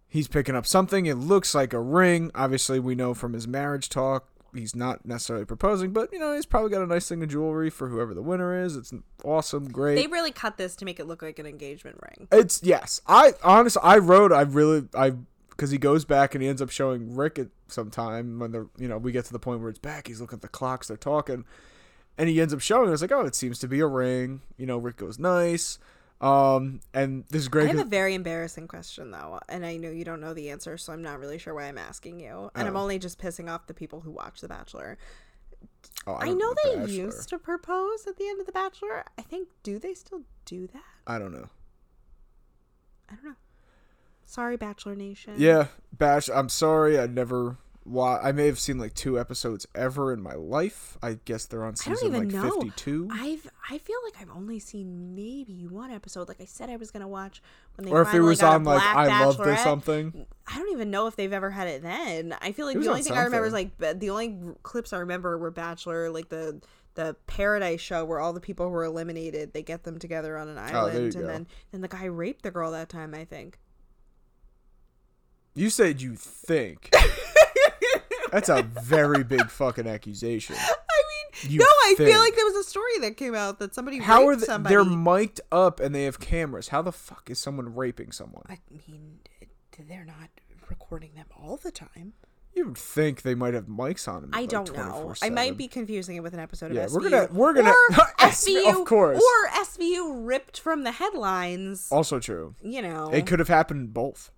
he's picking up something it looks like a ring obviously we know from his marriage talk he's not necessarily proposing but you know he's probably got a nice thing of jewelry for whoever the winner is it's awesome great They really cut this to make it look like an engagement ring. it's yes. I honestly, I wrote. I really, I because he goes back and he ends up showing Rick at some time when they're you know we get to the point where it's back. He's looking at the clocks. They're talking, and he ends up showing. It's like oh, it seems to be a ring. You know, Rick goes nice. Um, and this is I great. have a 'cause- very embarrassing question though, and I know you don't know the answer, so I'm not really sure why I'm asking you. And I'm Oh. only just pissing off the people who watch The Bachelor. oh, I, don't know The they Bachelor. used to propose at the end of The Bachelor. I think do they still do that? I don't know. I don't know. Sorry, Bachelor Nation. Yeah, Bash. I'm sorry. I never. Wa- I may have seen like two episodes ever in my life. I guess they're on I don't season even like know. 52. I've I feel like I've only seen maybe one episode. Like I said, I was gonna watch when they or if it finally was got a on like Black I loved or Bachelorette. something. I don't even know if they've ever had it then. I feel like It was the on only thing I remember is something. like ba- the only r- clips I remember were Bachelor, like the the Paradise show where all the people who are eliminated, they get them together on an Oh, there island, and you go. then then the guy raped the girl that time. I think. (laughs) You said you think. That's a very big fucking accusation. (laughs) I mean, You no, I think. feel like there was a story that came out that somebody How are raped they? somebody. They're mic'd up and they have cameras. How the fuck is someone raping someone? I mean, they're not recording them all the time. You would think they might have mics on them. I like, don't know. I 24/7. might be confusing it with an episode Yeah, of SVU. we're gonna- we're gonna- or SVU, (laughs) SVU, of course. or SVU ripped from the headlines. Also true. You know, It could have happened both.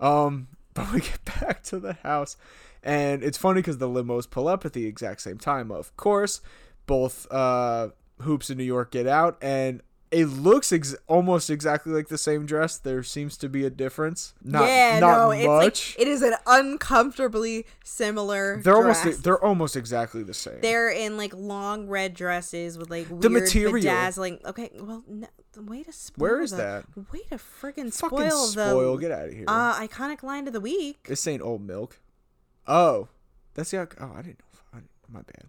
Um, (laughs) but we get back to the house, and it's funny because the limos pull up at the exact same time. Of course, both uh, hoops in New York get out, and it looks ex- almost exactly like the same dress. There seems to be a difference. Not, yeah, not no, much. it's like it is an uncomfortably similar. they're dress. almost they're almost exactly the same. They're in like long red dresses with like weird material. bedazzling. Okay, well, no, way to spoil. Where is the- that? Way to friggin' spoil, Fucking spoil. the Get out of here. uh, iconic line of the week. this ain't old milk. Oh, that's the. alc- Oh, I didn't know. I didn't- my bad.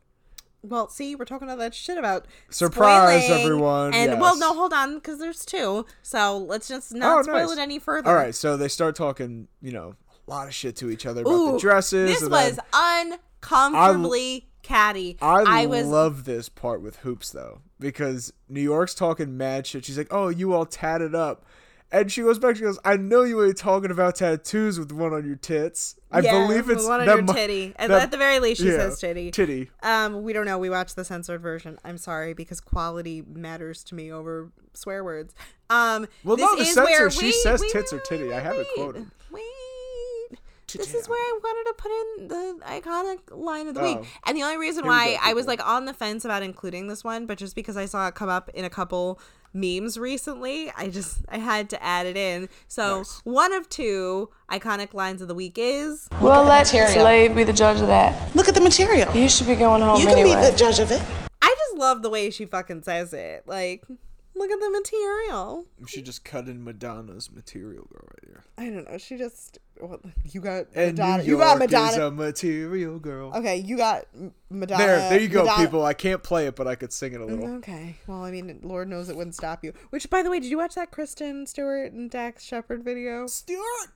Well, see, we're talking all that shit about Surprise, spoiling, everyone, And well, yes. no, hold on, because there's two. So let's just not Oh, spoil nice. it any further. All right, so they start talking, you know, a lot of shit to each other about Ooh, the dresses. This and was then- uncomfortably catty. I, I was love this part with hoops though because New York's talking mad shit. She's like, "Oh, you all tatted up," and she goes back. She goes, "I know you ain't talking about tattoos with one on your tits. I yeah, believe the it's one on that your mu- titty. At, that- at the very least, she yeah, says titty. Titty. Um, we don't know. We watched the censored version. I'm sorry because quality matters to me over swear words. Um, Well, this no, the is censor, where, she wait, says wait, tits wait, or titty. I have it wait, quoted. Wait, this is where I wanted to put in the iconic line of the Oh. week, and the only reason Here we why go, I was people. like on the fence about including this one, but just because I saw it come up in a couple memes recently, I just I had to add it in. So Nice. one of two iconic lines of the week is We'll let material. Slade be the judge of that. Look at the material. You should be going home You can anyway. be the judge of it. I just love the way she fucking says it. Like, look at the material. We should just cut in Madonna's material girl right here. I don't know. She just well, you got And Madonna. New You got York is Madonna. a material girl. okay, you got M- Madonna. There, there you go, Madonna- people. I can't play it, but I could sing it a little. Okay. Well, I mean, Lord knows it wouldn't stop you. Which, by the way, did you watch that Kristen Stewart and Dax Shepard video? Stewart.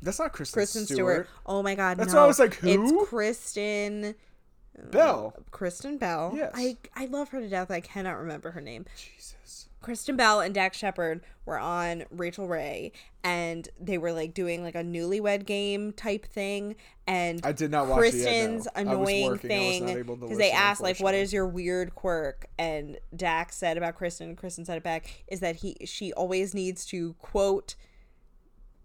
That's not Kristen, Kristen Stewart. Stewart. Oh my God. That's no. why I was like, who? It's Kristen. Bell. Kristen Bell. Yes. I I love her to death. I cannot remember her name. Jesus. Kristen Bell and Dax Shepard were on Rachel Ray and they were like doing like a newlywed game type thing and I did not watch it yet, Kristen's no. I was working, annoying I was thing not able to they listen, asked like what unfortunately. is your weird quirk and Dax said about Kristen and Kristen said it back is that he she always needs to quote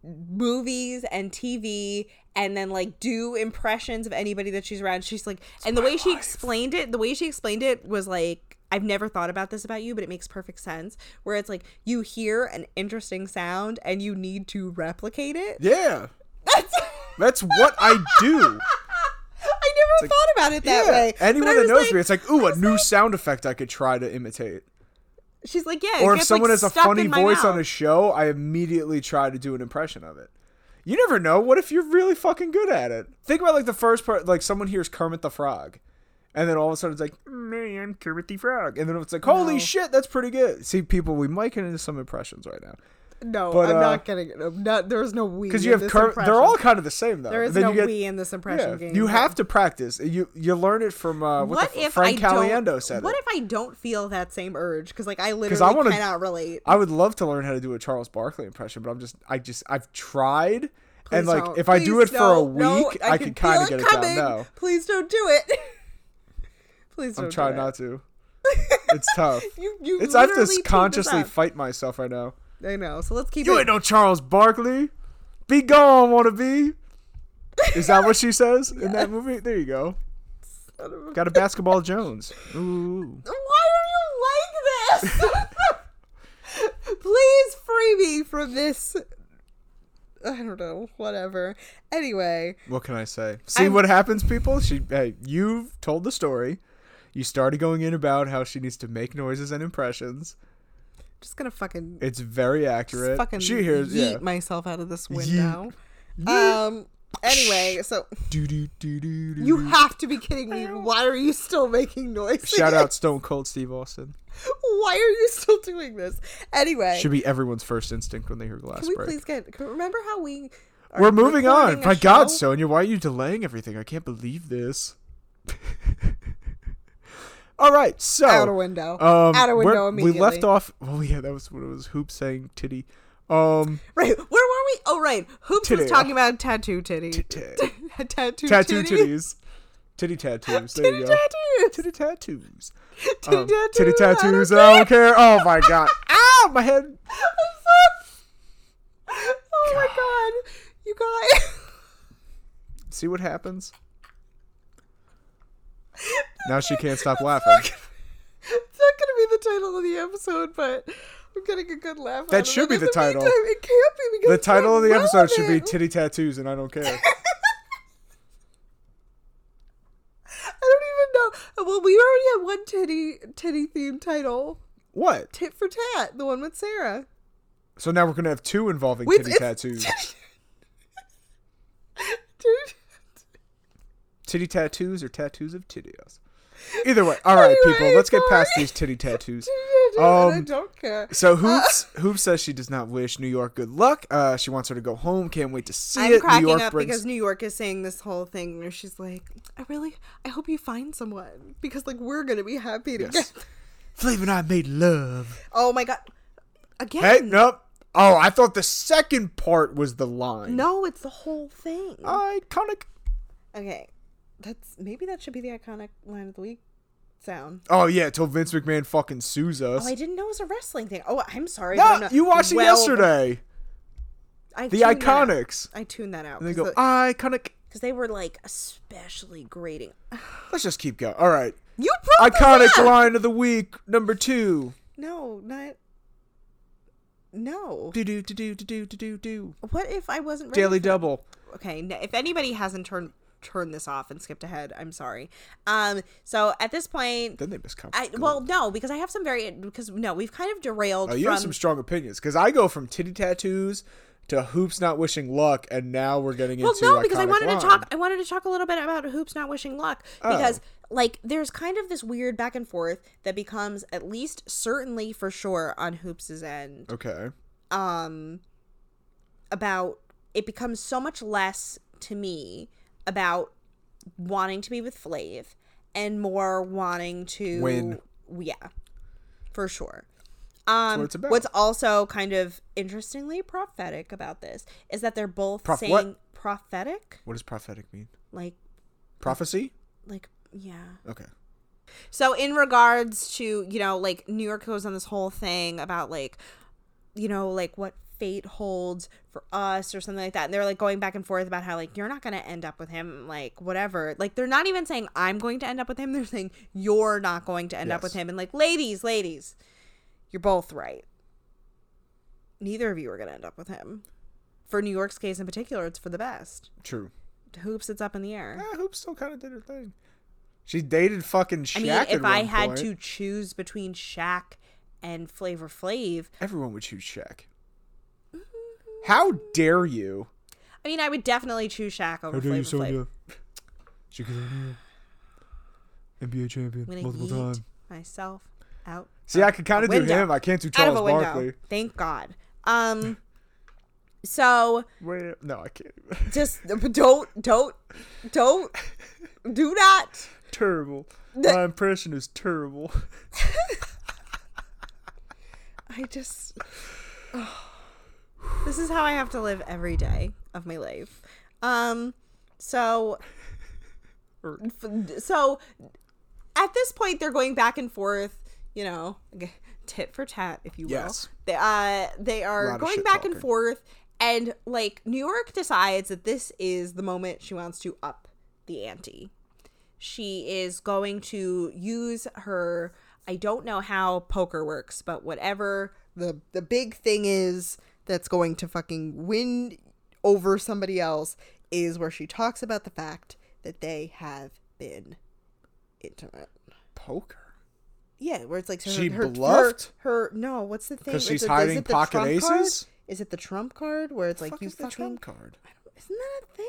movies and TV and then like do impressions of anybody that she's around. She's like, and the way she explained it, the way she explained it was like, I've never thought about this about you, but it makes perfect sense. Where it's like you hear an interesting sound and you need to replicate it. Yeah. That's. (laughs) That's what I do. I never thought about it (laughs) that Yeah. way. But Anyone I that was knows me, it's like, ooh, a new sound effect I could try to imitate. She's like, yeah. it or if gets, someone like, has a stuck funny in my voice on mouth. a show, I immediately try to do an impression of it. You never know. What if you're really fucking good at it? Think about like the first part, like someone hears Kermit the Frog, and then all of a sudden it's like, "Mm, I'm Kermit the Frog, and then it's like, holy shit, that's pretty good. See, people, we might get into some impressions right now No, But, I'm uh, not getting it. I'm not- there's no (laughs) we. because Because you have Kermit. They're all kind of the same though. There is Then no you get- we in this impression yeah, game. You though. have to practice. You you learn it from uh, what, What the f- if Frank I Caliendo don't, said What it. if I don't feel that same urge? Because like I literally I wanna- cannot relate. I would love to learn how to do a Charles Barkley impression, but I'm just I just I've tried and Please like don't. if I do Please it for a don't. No, week, I, can feel kind of it get coming. it down. No, Please don't do it. (laughs) Please don't I'm do trying that. not to. It's tough. you you it's I have to literally teed this consciously up. fight myself right now. I know. So let's keep You it. ain't no Charles Barkley. Be gone, wanna be. Is that what she says in (laughs) that movie? There you go. Got a basketball Jones. Ooh. Why are you like this? (laughs) Please free me from this. I don't know. Whatever. Anyway, What can I say? See what happens, people. She, hey, you've told the story. You started going in about how she needs to make noises and impressions. just gonna fucking It's very just accurate. fucking she hears, yeet yeah. myself out of this window. Um. Anyway, so Do, do, do, do, do, you do. have to be kidding me. Why are you still making noise? Shout out Stone Cold Steve Austin. (laughs) Why are you still doing this? Anyway, Should be everyone's first instinct when they hear glass can we break. please get? Can, remember how we? are We're moving on. recording a My God, show? Sonia, why are you delaying everything? I can't believe this. (laughs) All right, so Out a window. Oh, Um, Out a where- window we immediately. left off. Oh yeah, that was when it was hoop saying titty. Um, Right, where were we? Oh, right. Hoops Titty. was talking about tattoo (laughs) titty. tattoo, tattoo titty. titties, titty tattoos. There you go. Tattoos. Titty tattoos. Titty Um, Titty tattoos, I don't (laughs) tattoos. and I don't care. Oh my god. Ow, my head. (laughs) Oh my god, you (laughs) guys. See what happens. Now she can't stop laughing. (laughs) It's not gonna be the title of the episode, but I'm getting a good laugh. That out of should it. be In the title. meantime, it can't be because The it's not title of the episode should be relevant. "Titty Tattoos" and I don't care. I don't even know. Well, we already had one titty titty themed title, What? tit for tat, the one with Sarah. So now we're gonna have two involving Wait, titty it's- (laughs) tattoos. Dude. titty tattoos or tattoos of titties. Either way, all right, people, Anyway, let's get past sorry. these titty tattoos. I Um, don't care. (laughs) So Hoops Hoops says she does not wish New York good luck. Uh, she wants her to go home. Can't wait to see I'm it. cracking New York up brings. because New York is saying this whole thing where she's like, I really, I hope you find someone because like we're gonna be happy to Yes. get. Flav and I made love. "Oh my god, again." Hey, nope. Oh, I thought the second part was the line. No, it's the whole thing. Oh. Iconic. Okay, that's maybe that should be the iconic line of the week sound. Oh yeah, till Vince McMahon fucking sues us. Oh, I didn't know it was a wrestling thing. Oh, I'm sorry. but (laughs) I'm no, not you watched well- it (laughs) yesterday. I The tuned that out. Iconics. I tuned that out And they because go "Ah." iconic. they were like especially grating. (laughs) Let's just keep going. All right. You brought this (laughs) Iconic up! line of the week number two. No, not. No. Do do do do do do do do. What if I wasn't ready Daily for- double. okay n- if anybody hasn't turned turned this off and skipped ahead i'm sorry um so at this point Then they miscount. i well no because i have some very because no we've kind of derailed Oh, you from have some strong opinions because I go from titty tattoos to hoops not wishing luck, and now we're getting well into. no because i iconic wanted line. to talk i wanted to talk a little bit about hoops not wishing luck Oh. because like there's kind of this weird back and forth that becomes at least certainly for sure on hoops's end Okay. um about it becomes so much less to me about wanting to be with Flav and more wanting to Win. Yeah. For sure. Um what it's about. what's also kind of interestingly prophetic about this is that they're both Prof- saying what? prophetic What does prophetic mean? like Prophecy. like yeah. Okay. So in regards to, you know, like New York goes on this whole thing about like, you know, like what fate holds for us or something like that. And they're like going back and forth about how like you're not gonna end up with him, like whatever. Like they're not even saying I'm going to end up with him. They're saying you're not going to end up with Yes. him. And like, ladies, ladies, you're both right. Neither of you are gonna end up with him. For New York's case in particular, it's for the best. True. Hoops, it's up in the air. Yeah, hoops still kind of did her thing. She dated fucking Shaq. I mean, at if I one had point. to choose between Shaq and Flavor Flav. Everyone would choose Shaq. How dare you? I mean, I would definitely choose Shaq over Flavor Flav. NBA champion I'm gonna multiple yeet times. myself out See, I could kind of do window. him. I can't do out of Charles a window. Barkley. Thank God. (laughs) Um. So Wait, no, I can't. (laughs) just don't don't don't do not. (laughs) terrible. My impression is terrible. I just. this is how I have to live every day of my life. Um, so. f- So, at this point, they're going back and forth, you know, (laughs) g- tit for tat, if you will. Yes. They, uh, they Lot are of going shit back talking. and forth, and like New York decides that this is the moment she wants to up the ante she is going to use her I don't know how poker works, but whatever the the big thing is that's going to fucking win over somebody else is where she talks about the fact that they have been intimate. Poker. Yeah, where it's like so her, She her, her- bluffed? her, no, what's the thing? 'Cause It's she's a- is hiding it the pocket trump card? aces? Is it the trump card where it's like Fuck you is the fucking Trump card. Isn't that a thing?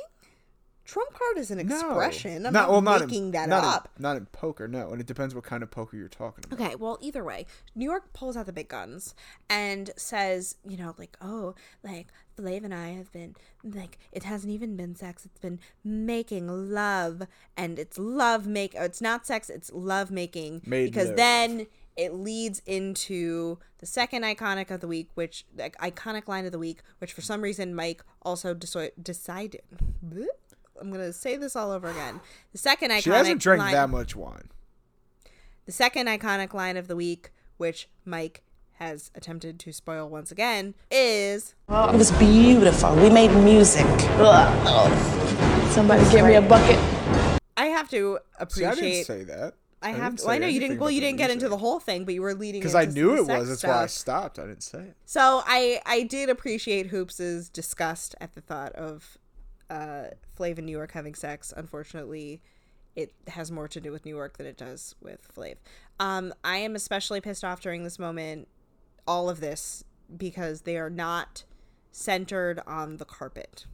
Trump card is an No. expression. I'm not, well, in- making that not in- up. not in poker, no. And it depends what kind of poker you're talking about. Okay, well, either way, New York pulls out the big guns and says, you know, like, oh, like, Flav and I have been, like, it hasn't even been sex. It's been making love. And it's love make, or it's not sex, it's love making. Made because love. then it leads into the second iconic of the week, which, like, iconic line of the week, which for some reason Mike also deso- decided. (laughs) I'm going to say this all over again. The second iconic She hasn't drank line- that much wine. the second iconic line of the week, which Mike has attempted to spoil once again, is Well, it was beautiful. We made music. Somebody give me a bucket. I have to See, I didn't appreciate. say that. I have didn't to. Well, I say know you anything didn't. Well, about you the didn't get into music. the whole thing, but you were leading Because I into knew the it was. sex That's why I stuff. stopped. I didn't say it. So I I did appreciate Hoops's disgust at the thought of uh Flav and New York having sex. Unfortunately, it has more to do with New York than it does with Flav. Um I am especially pissed off during this moment all of this because they are not centered on the carpet.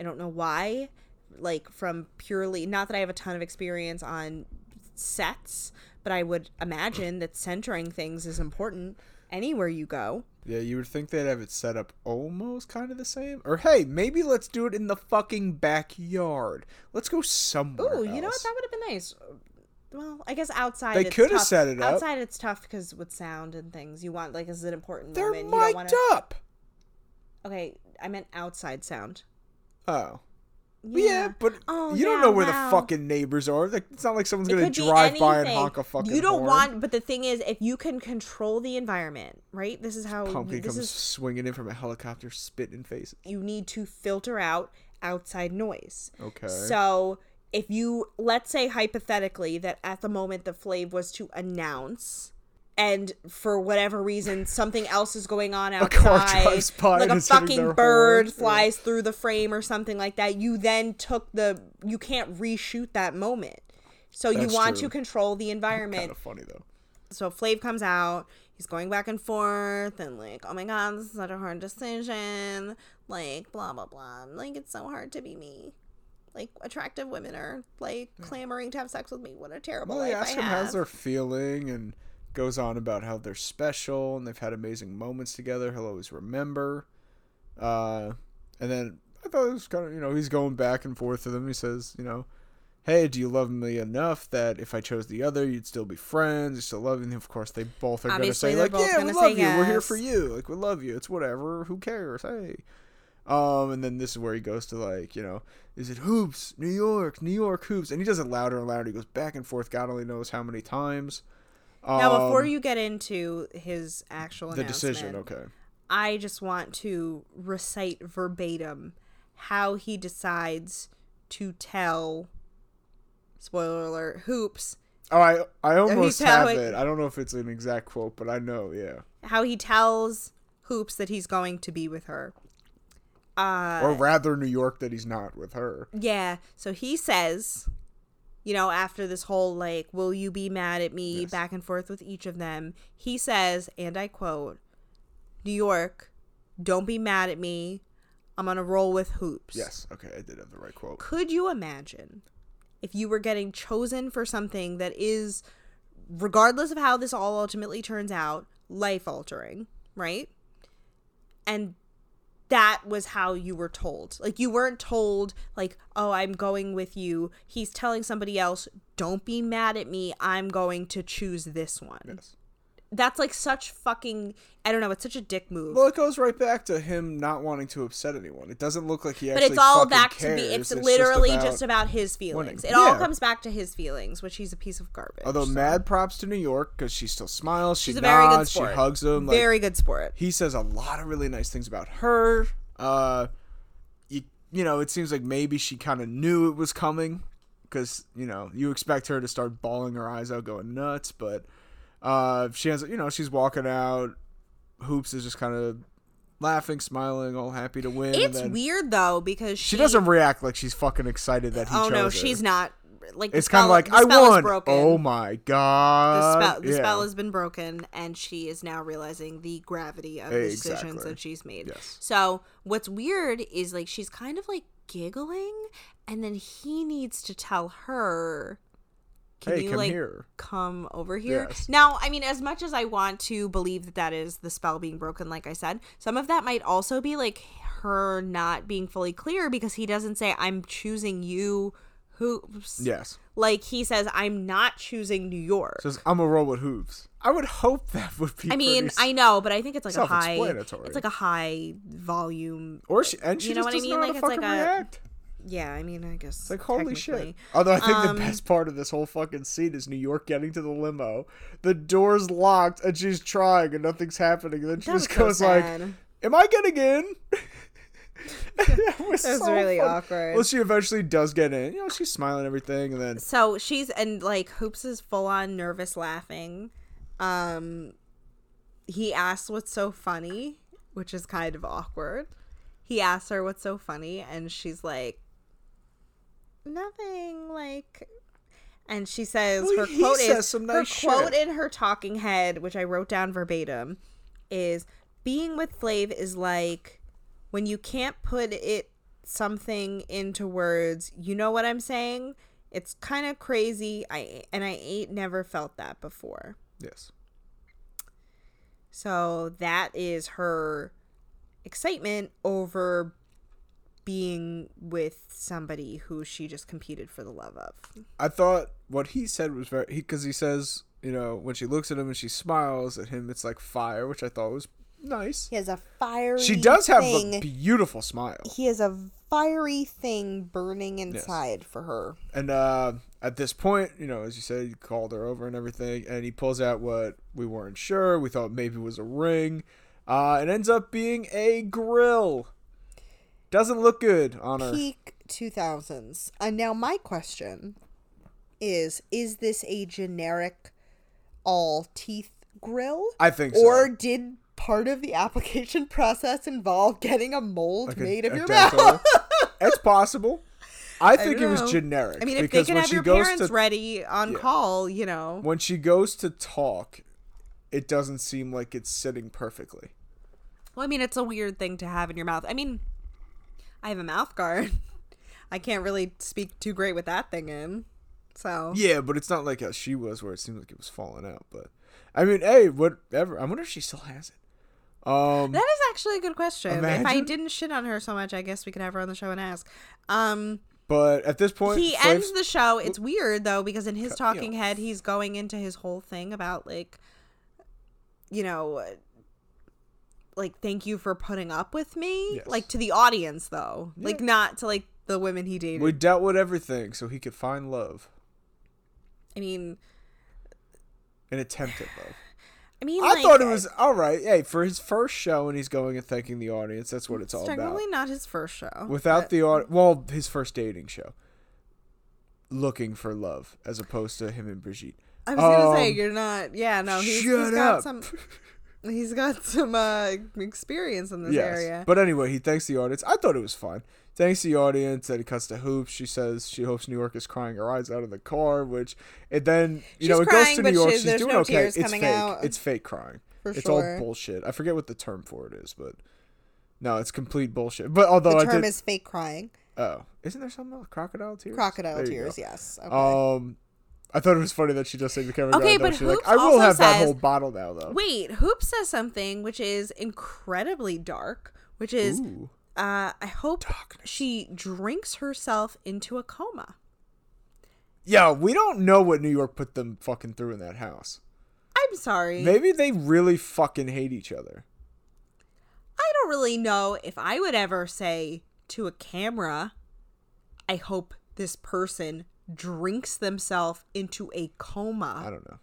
I don't know why. Like from purely not that I have a ton of experience on sets, but I would imagine that centering things is important anywhere you go. Yeah, you would think they'd have it set up almost kind of the same. Or hey, maybe let's do it in the fucking backyard. Let's go somewhere. Ooh, you know what? else. That would have been nice. Well, I guess outside They it's coulda tough. set it up. Outside it's tough because with sound and things, you want like this is an important They're moment. you mic'd wanna- up. Okay, I meant outside sound. Oh. Yeah, but Oh, you don't yeah, know where wow. the fucking neighbors are. Like, It's not like someone's It gonna could be drive by and anything. honk a fucking. You don't horn. want, but the thing is, if you can control the environment, right? This is how you- pumpkin this comes is swinging in from a helicopter, spitting in faces. you need to filter out outside noise. Okay. So if you let's say hypothetically that at the moment the Flav was to announce and for whatever reason something else is going on car outside drives by like and a is hitting fucking their bird horn. flies through the frame or something like that you then took the you can't reshoot that moment so That's you want true. to control the environment Kind of funny though. so Flav comes out. He's going back and forth and like, oh my god, this is such a hard decision. Like, blah blah blah. Like, it's so hard to be me. Like, attractive women are like clamoring to have sex with me. What a terrible Well, he life I asks him have. how's their feeling and goes on about how they're special and they've had amazing moments together. He'll always remember. Uh, and then I thought it was kind of, you know, he's going back and forth with him. He says, you know, hey, do you love me enough that if I chose the other, you'd still be friends? You're still loving him. Of course, they both are going to Obviously, say, they're like, both yeah, we gonna love say you. We're here for yes. you. Like, we love you. It's whatever. Who cares? Hey. Um, and then this is where he goes to like, you know, is it hoops, New York, New York hoops, and he does it louder and louder. He goes back and forth, God only knows how many times. Um, now, before you get into his actual the announcement, decision, okay, I just want to recite verbatim how he decides to tell. Spoiler alert: Hoops oh, I I almost tell have it- it. I don't know if it's an exact quote, but I know, yeah, how he tells Hoops that he's going to be with her. Uh or rather, New York that he's not with her. yeah, so he says, you know, after this whole like, will you be mad at me Yes. back and forth with each of them, he says, and I quote, New York, don't be mad at me. I'm on a roll with hoops. Yes. Okay, I did have the right quote. Could you imagine if you were getting chosen for something that is, regardless of how this all ultimately turns out, life altering, right? And that was how you were told. Like, you weren't told, like, oh, I'm going with you. He's telling somebody else, don't be mad at me. I'm going to choose this one. Yes. That's like such fucking, I don't know, it's such a dick move. Well, it goes right back to him not wanting to upset anyone. It doesn't look like he but actually. it's all fucking back cares. to be it's, just literally about- just about his feelings winning. it all Yeah. comes back to his feelings which he's a piece of garbage Although mad props to New York because she still smiles, she she's a very good nods, she sport hugs him. Like, very good sport he says a lot of really nice things about her. Uh, you, you know, it seems like maybe she kind of knew it was coming because you know you expect her to start bawling her eyes out, going nuts, but uh, she has, you know, she's walking out. Hoops is just kind of laughing, smiling, all happy to win. and it's then weird though because she, She doesn't react like she's fucking excited that he chose oh no her. she's not like the It's kind of spell- like the I spell is won. broken. Oh my the, god! spell, the yeah. spell has been broken and she is now realizing the gravity of the decisions Exactly. that she's made Yes. so what's weird is like she's kind of like giggling and then he needs to tell her can Hey, you come like here. come over here Yes. now i mean as much as i want to believe that that is the spell being broken like i said some of that might also be like her not being fully clear because he doesn't say i'm choosing you hoops Yes. like he says i'm not choosing new york Says I'm a roll with hooves. I would hope that would be. I mean, pretty I know, but I think it's like a high. self-explanatory. It's like a high volume. Or she, and she you know just what I doesn't mean? know Like, how to it's fucking like a- react. Yeah, I mean, I guess. It's like holy shit. technically. Um, Although I think the best part of this whole fucking scene is New York getting to the limo, the door's locked, and she's trying, and nothing's happening. And then she That was just so goes like, sad. "Am I getting (laughs) in?" (laughs) it was was really awkward. Well, she eventually does get in. You know, she's smiling and everything, and then So she's and like Hoops is full on nervous laughing. Um, he asks what's so funny, which is kind of awkward. He asks her what's so funny, and she's like, nothing. Like, and she says Well, her he quote says is some nice her quote shit. in her talking head, which I wrote down verbatim, is being with Flav is like when you can't put it something into words. You know what I'm saying? It's kind of crazy. I and I ain't never felt that before. yes, So that is her excitement over being with somebody who she just competed for the love of. I thought what he said was very because he, says you know when she looks at him and she smiles at him, it's like fire, which I thought was nice. He has a fiery She does have thing. a beautiful smile. he has a fiery thing burning inside for her. And uh, at this point, you know, as you said, he called her over and everything, and he pulls out what we weren't sure. We thought maybe was a ring. Uh, it ends up being a grill. Doesn't look good on her. Peak 2000s. And now my question is is this a generic all teeth grill? I think so. Or did part of the application (laughs) process involve getting a mold Like a- made of a your dental. mouth? (laughs) it's possible. I think it don't was know. generic. I mean, if they because can when have she your goes parents to, ready on Yeah. call, you know. when she goes to talk, it doesn't seem like it's sitting perfectly. Well, I mean, it's a weird thing to have in your mouth. I mean, I have a mouth guard. (laughs) I can't really speak too great with that thing in. So Yeah, but it's not like how she was, where it seemed like it was falling out. But I mean, hey, whatever. I wonder if she still has it. Um, that is actually a good question. If I Imagine. didn't shit on her so much, I guess we could have her on the show and ask. Um, But at this point, he Flav's- ends the show. It's weird though because in his know. talking head, he's going into his whole thing about like, you know, like thank you for putting up with me, Yes. like to the audience though, like not to like the women he dated. we dealt with everything so he could find love I mean, and attempt at (sighs) love. I mean, I like, thought it was all right. Hey, for his first show, and he's going and thanking the audience. That's what it's all about. technically uh, not his first show. Without the audience, well, his first dating show, looking for love as opposed to him and Brigitte. I was gonna say Um, you're not. Yeah, no, he's, he's (laughs) shut got up. some. He's got some uh, experience in this yes. area. But anyway, he thanks the audience. I thought it was fun. Thanks the audience, and he cuts to hoops. She says she hopes New York is crying her eyes out in the car, which it then you She's know it crying, goes to but New York. she- She's there's doing no okay. tears It's coming fake. out. It's fake crying. For it's sure. all bullshit. I forget what the term for it is, but no, it's complete bullshit. But although the I term did, is fake crying. oh, isn't there something else? crocodile tears? Crocodile There you tears. go. Yes. Okay. Um, I thought it was funny that she just said the camera. guy, Okay, though. but She's like, Hoops I will also have that says- whole bottle now, though. Wait, Hoop says something which is incredibly dark, which is Ooh. uh, I hope she drinks herself into a coma. Yeah, we don't know what New York put them fucking through in that house. I'm sorry. Maybe they really fucking hate each other. I don't really know if I would ever say to a camera, I hope this person drinks themselves into a I coma. don't know.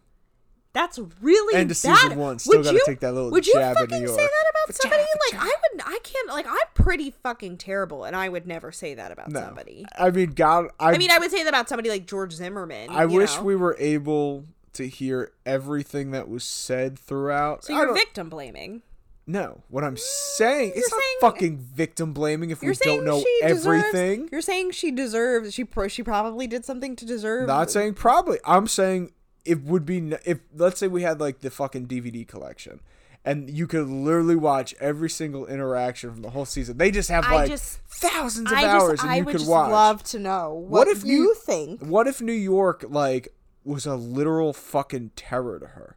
That's really End of bad. season one, still would gotta you, take that little Would you jab at fucking New say York. that about somebody? Like I would, I can't. Like I'm pretty fucking terrible, and I would never say that about No. somebody. I mean, God, I, I mean, I would say that about somebody like George Zimmerman. I you wish know? we were able to hear everything that was said throughout. So I you're don't- victim blaming. No, what I'm saying, it's not saying- fucking victim blaming if we You're saying don't know she everything. Deserves, you're saying she deserves. She pro, she probably did something to deserve. Not saying probably. I'm saying it would be n- if let's say we had like the fucking DVD collection, and you could literally watch every single interaction from the whole season. They just have I like just- thousands of I just- hours, and I you would could just watch. love to know what, what if you New- think. What if New York like was a literal fucking terror to her,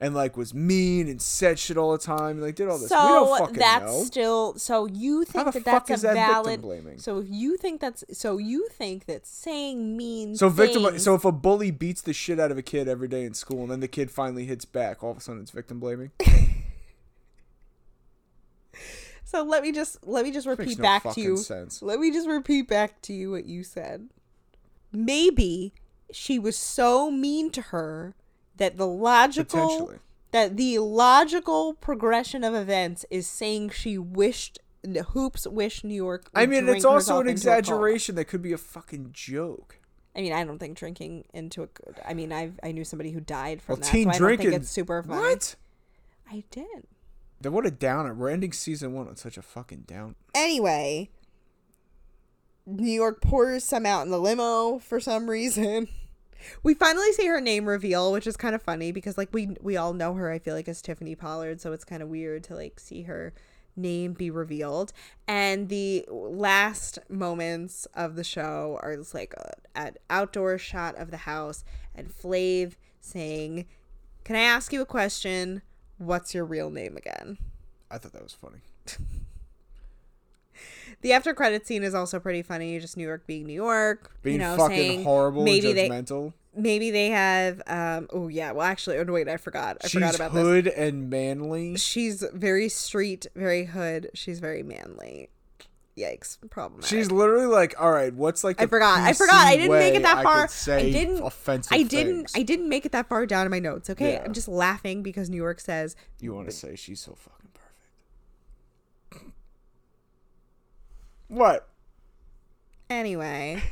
and like was mean and said shit all the time, and like did all this. we So don't fucking that's know. still so you think the that fuck that's a is that victim valid blaming? So if you think that's so you think that saying mean So victim. things- So if a bully beats the shit out of a kid every day in school, and then the kid finally hits back, all of a sudden it's victim blaming. so let me just let me just Makes repeat no back to fucking you. sense. Let me just repeat back to you what you said. maybe she was so mean to her that the logical Potentially. that the logical progression of events is saying she wished hoops wish New York. would I mean, drink it's also an herself into a coma. exaggeration that could be a fucking joke. I mean, I don't think drinking into a. I mean, I I knew somebody who died from well, that. teen so I drinking. don't think it's super funny. What? I did. Then what a downer. We're ending season one on such a fucking down. Anyway, New York pours some out in the limo for some reason. (laughs) We finally see her name reveal, which is kind of funny because like we we all know her. I feel like as Tiffany Pollard, so it's kind of weird to like see her name be revealed. And the last moments of the show are just like a, an outdoor shot of the house and Flav saying, "Can I ask you a question? What's your real name again?" I thought that was funny. The after credit scene is also pretty funny. Just New York being New York, Being you know, fucking saying horrible Maybe and they judgmental. maybe they have um oh yeah well actually oh no, wait i forgot i She's forgot about this hood and manly. she's very street very hood she's very manly yikes problematic She's literally like, all right, what's like? I the forgot. I PC forgot. I didn't make way it that I far. I, could say didn't. Offensive. I didn't. I things?" didn't make it that far down in my notes. Okay, Yeah. I'm just laughing because New York says You want to say she's so fucking perfect? What? (laughs) anyway.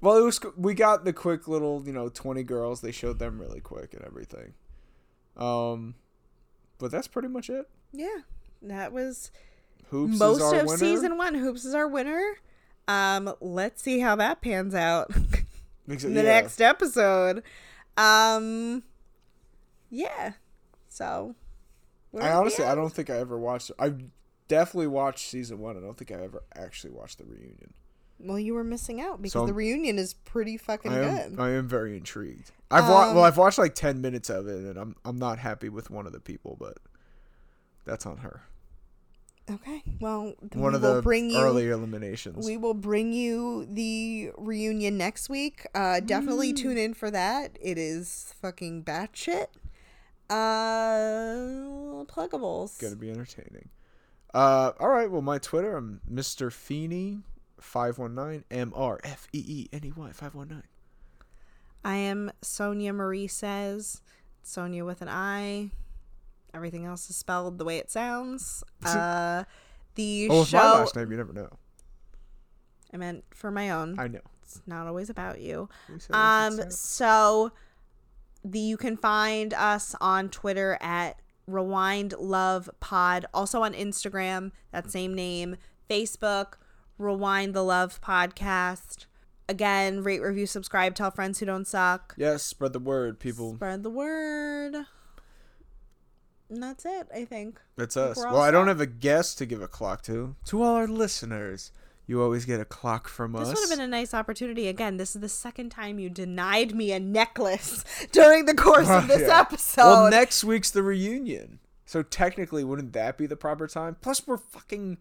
Well, it was we got the quick little, you know, 20 girls. They showed them really quick and everything. Um but that's pretty much it. Yeah, that was Hoops most is our of winner. season one. Hoops is our winner. Um, let's see how that pans out. (laughs) Makes it- the yeah. next episode. Um, yeah. So, we're I at the honestly I end. don't think I ever watched I definitely watched season 1. I don't think I ever actually watched the reunion. Well, you were missing out because So- the reunion is pretty fucking I good. am, Um, I am very intrigued. I've wa- well I've watched like 10 minutes of it and I'm I'm not happy with one of the people, but that's on her. okay. Well, th- One we of will the bring you. early eliminations. We will bring you the reunion next week. Uh, Mm. definitely tune in for that. It is fucking batshit. Uh, pluggables. gonna be entertaining. Uh, all right. Well, my Twitter, I'm Mr. Feeney five one nine M R F E E N E Y five one nine. I am Sonia Marie says. Sonia with an I. Everything else is spelled the way it (laughs) sounds. Uh, the Oh, with my show. last name, you never know. I meant for my own. I know. It's not always about you. said Um, so the you can find us on Twitter at Rewind Love Pod. Also on Instagram, that same name. Facebook, Rewind the Love Podcast. Again, rate, review, subscribe, tell friends who don't suck. Yes, spread the word, people. Spread the word. And that's it, I think. It's us. We're all Well, I don't set. have a guest to give a clock to. To all our listeners, you always get a clock from us. This would have been a nice opportunity. Again, this is the second time you denied me a necklace (laughs) during the (laughs) course of this Yeah. episode. Well, next week's the reunion. So technically, wouldn't that be the proper time? Plus, we're fucking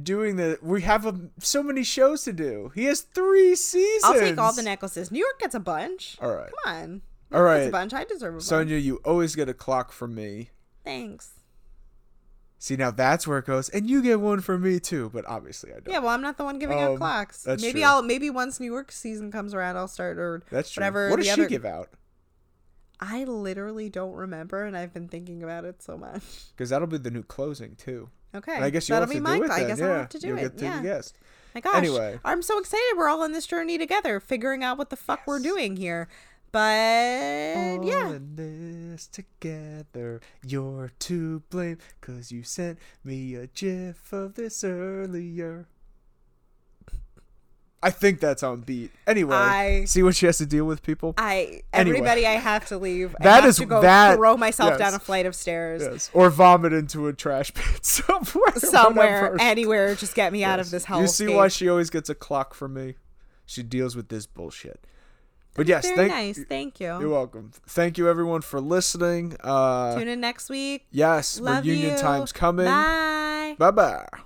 doing the. We have um so many shows to do. He has three seasons. I'll take all the necklaces. New York gets a bunch. All right. Come on. All New York gets right. a bunch. I deserve a bunch. Sonia, you always get a clock from me. Thanks. See, now that's where it goes. And you get one from me, too. But obviously, I don't. Yeah, well, I'm not the one giving Um, out clocks. that's maybe true. I'll maybe once New York season comes around, I'll start or that's true. whatever. what does the she other- give out? I literally don't remember, and I've been thinking about it so much. (laughs) Because that'll be the new closing, too. Okay, And I guess you'll that'll have be to my. do it. I then, guess yeah. I'll have to do You'll it. Get to yeah. Guess. My gosh. Anyway. I'm so excited. We're all on this journey together, figuring out what the fuck we're doing here. But All yeah, in this together, you're to blame, cause you sent me a gif of this earlier. I think that's on beat. Anyway, I- see what she has to deal with, people. I Anyway. everybody I have to leave. I That have is- to go that- throw myself yes. down a flight of stairs. Yes. (laughs) Or vomit into a trash pit (laughs) somewhere. Somewhere, whatever. anywhere, just get me out of Yes. this hellscape. You see why she always gets a clock from me? She deals with this bullshit. But yes, Very thank nice. Thank you. You're welcome. Thank you everyone for listening. Uh Tune in next week. yes, Love reunion you. time's coming. Bye. Bye bye.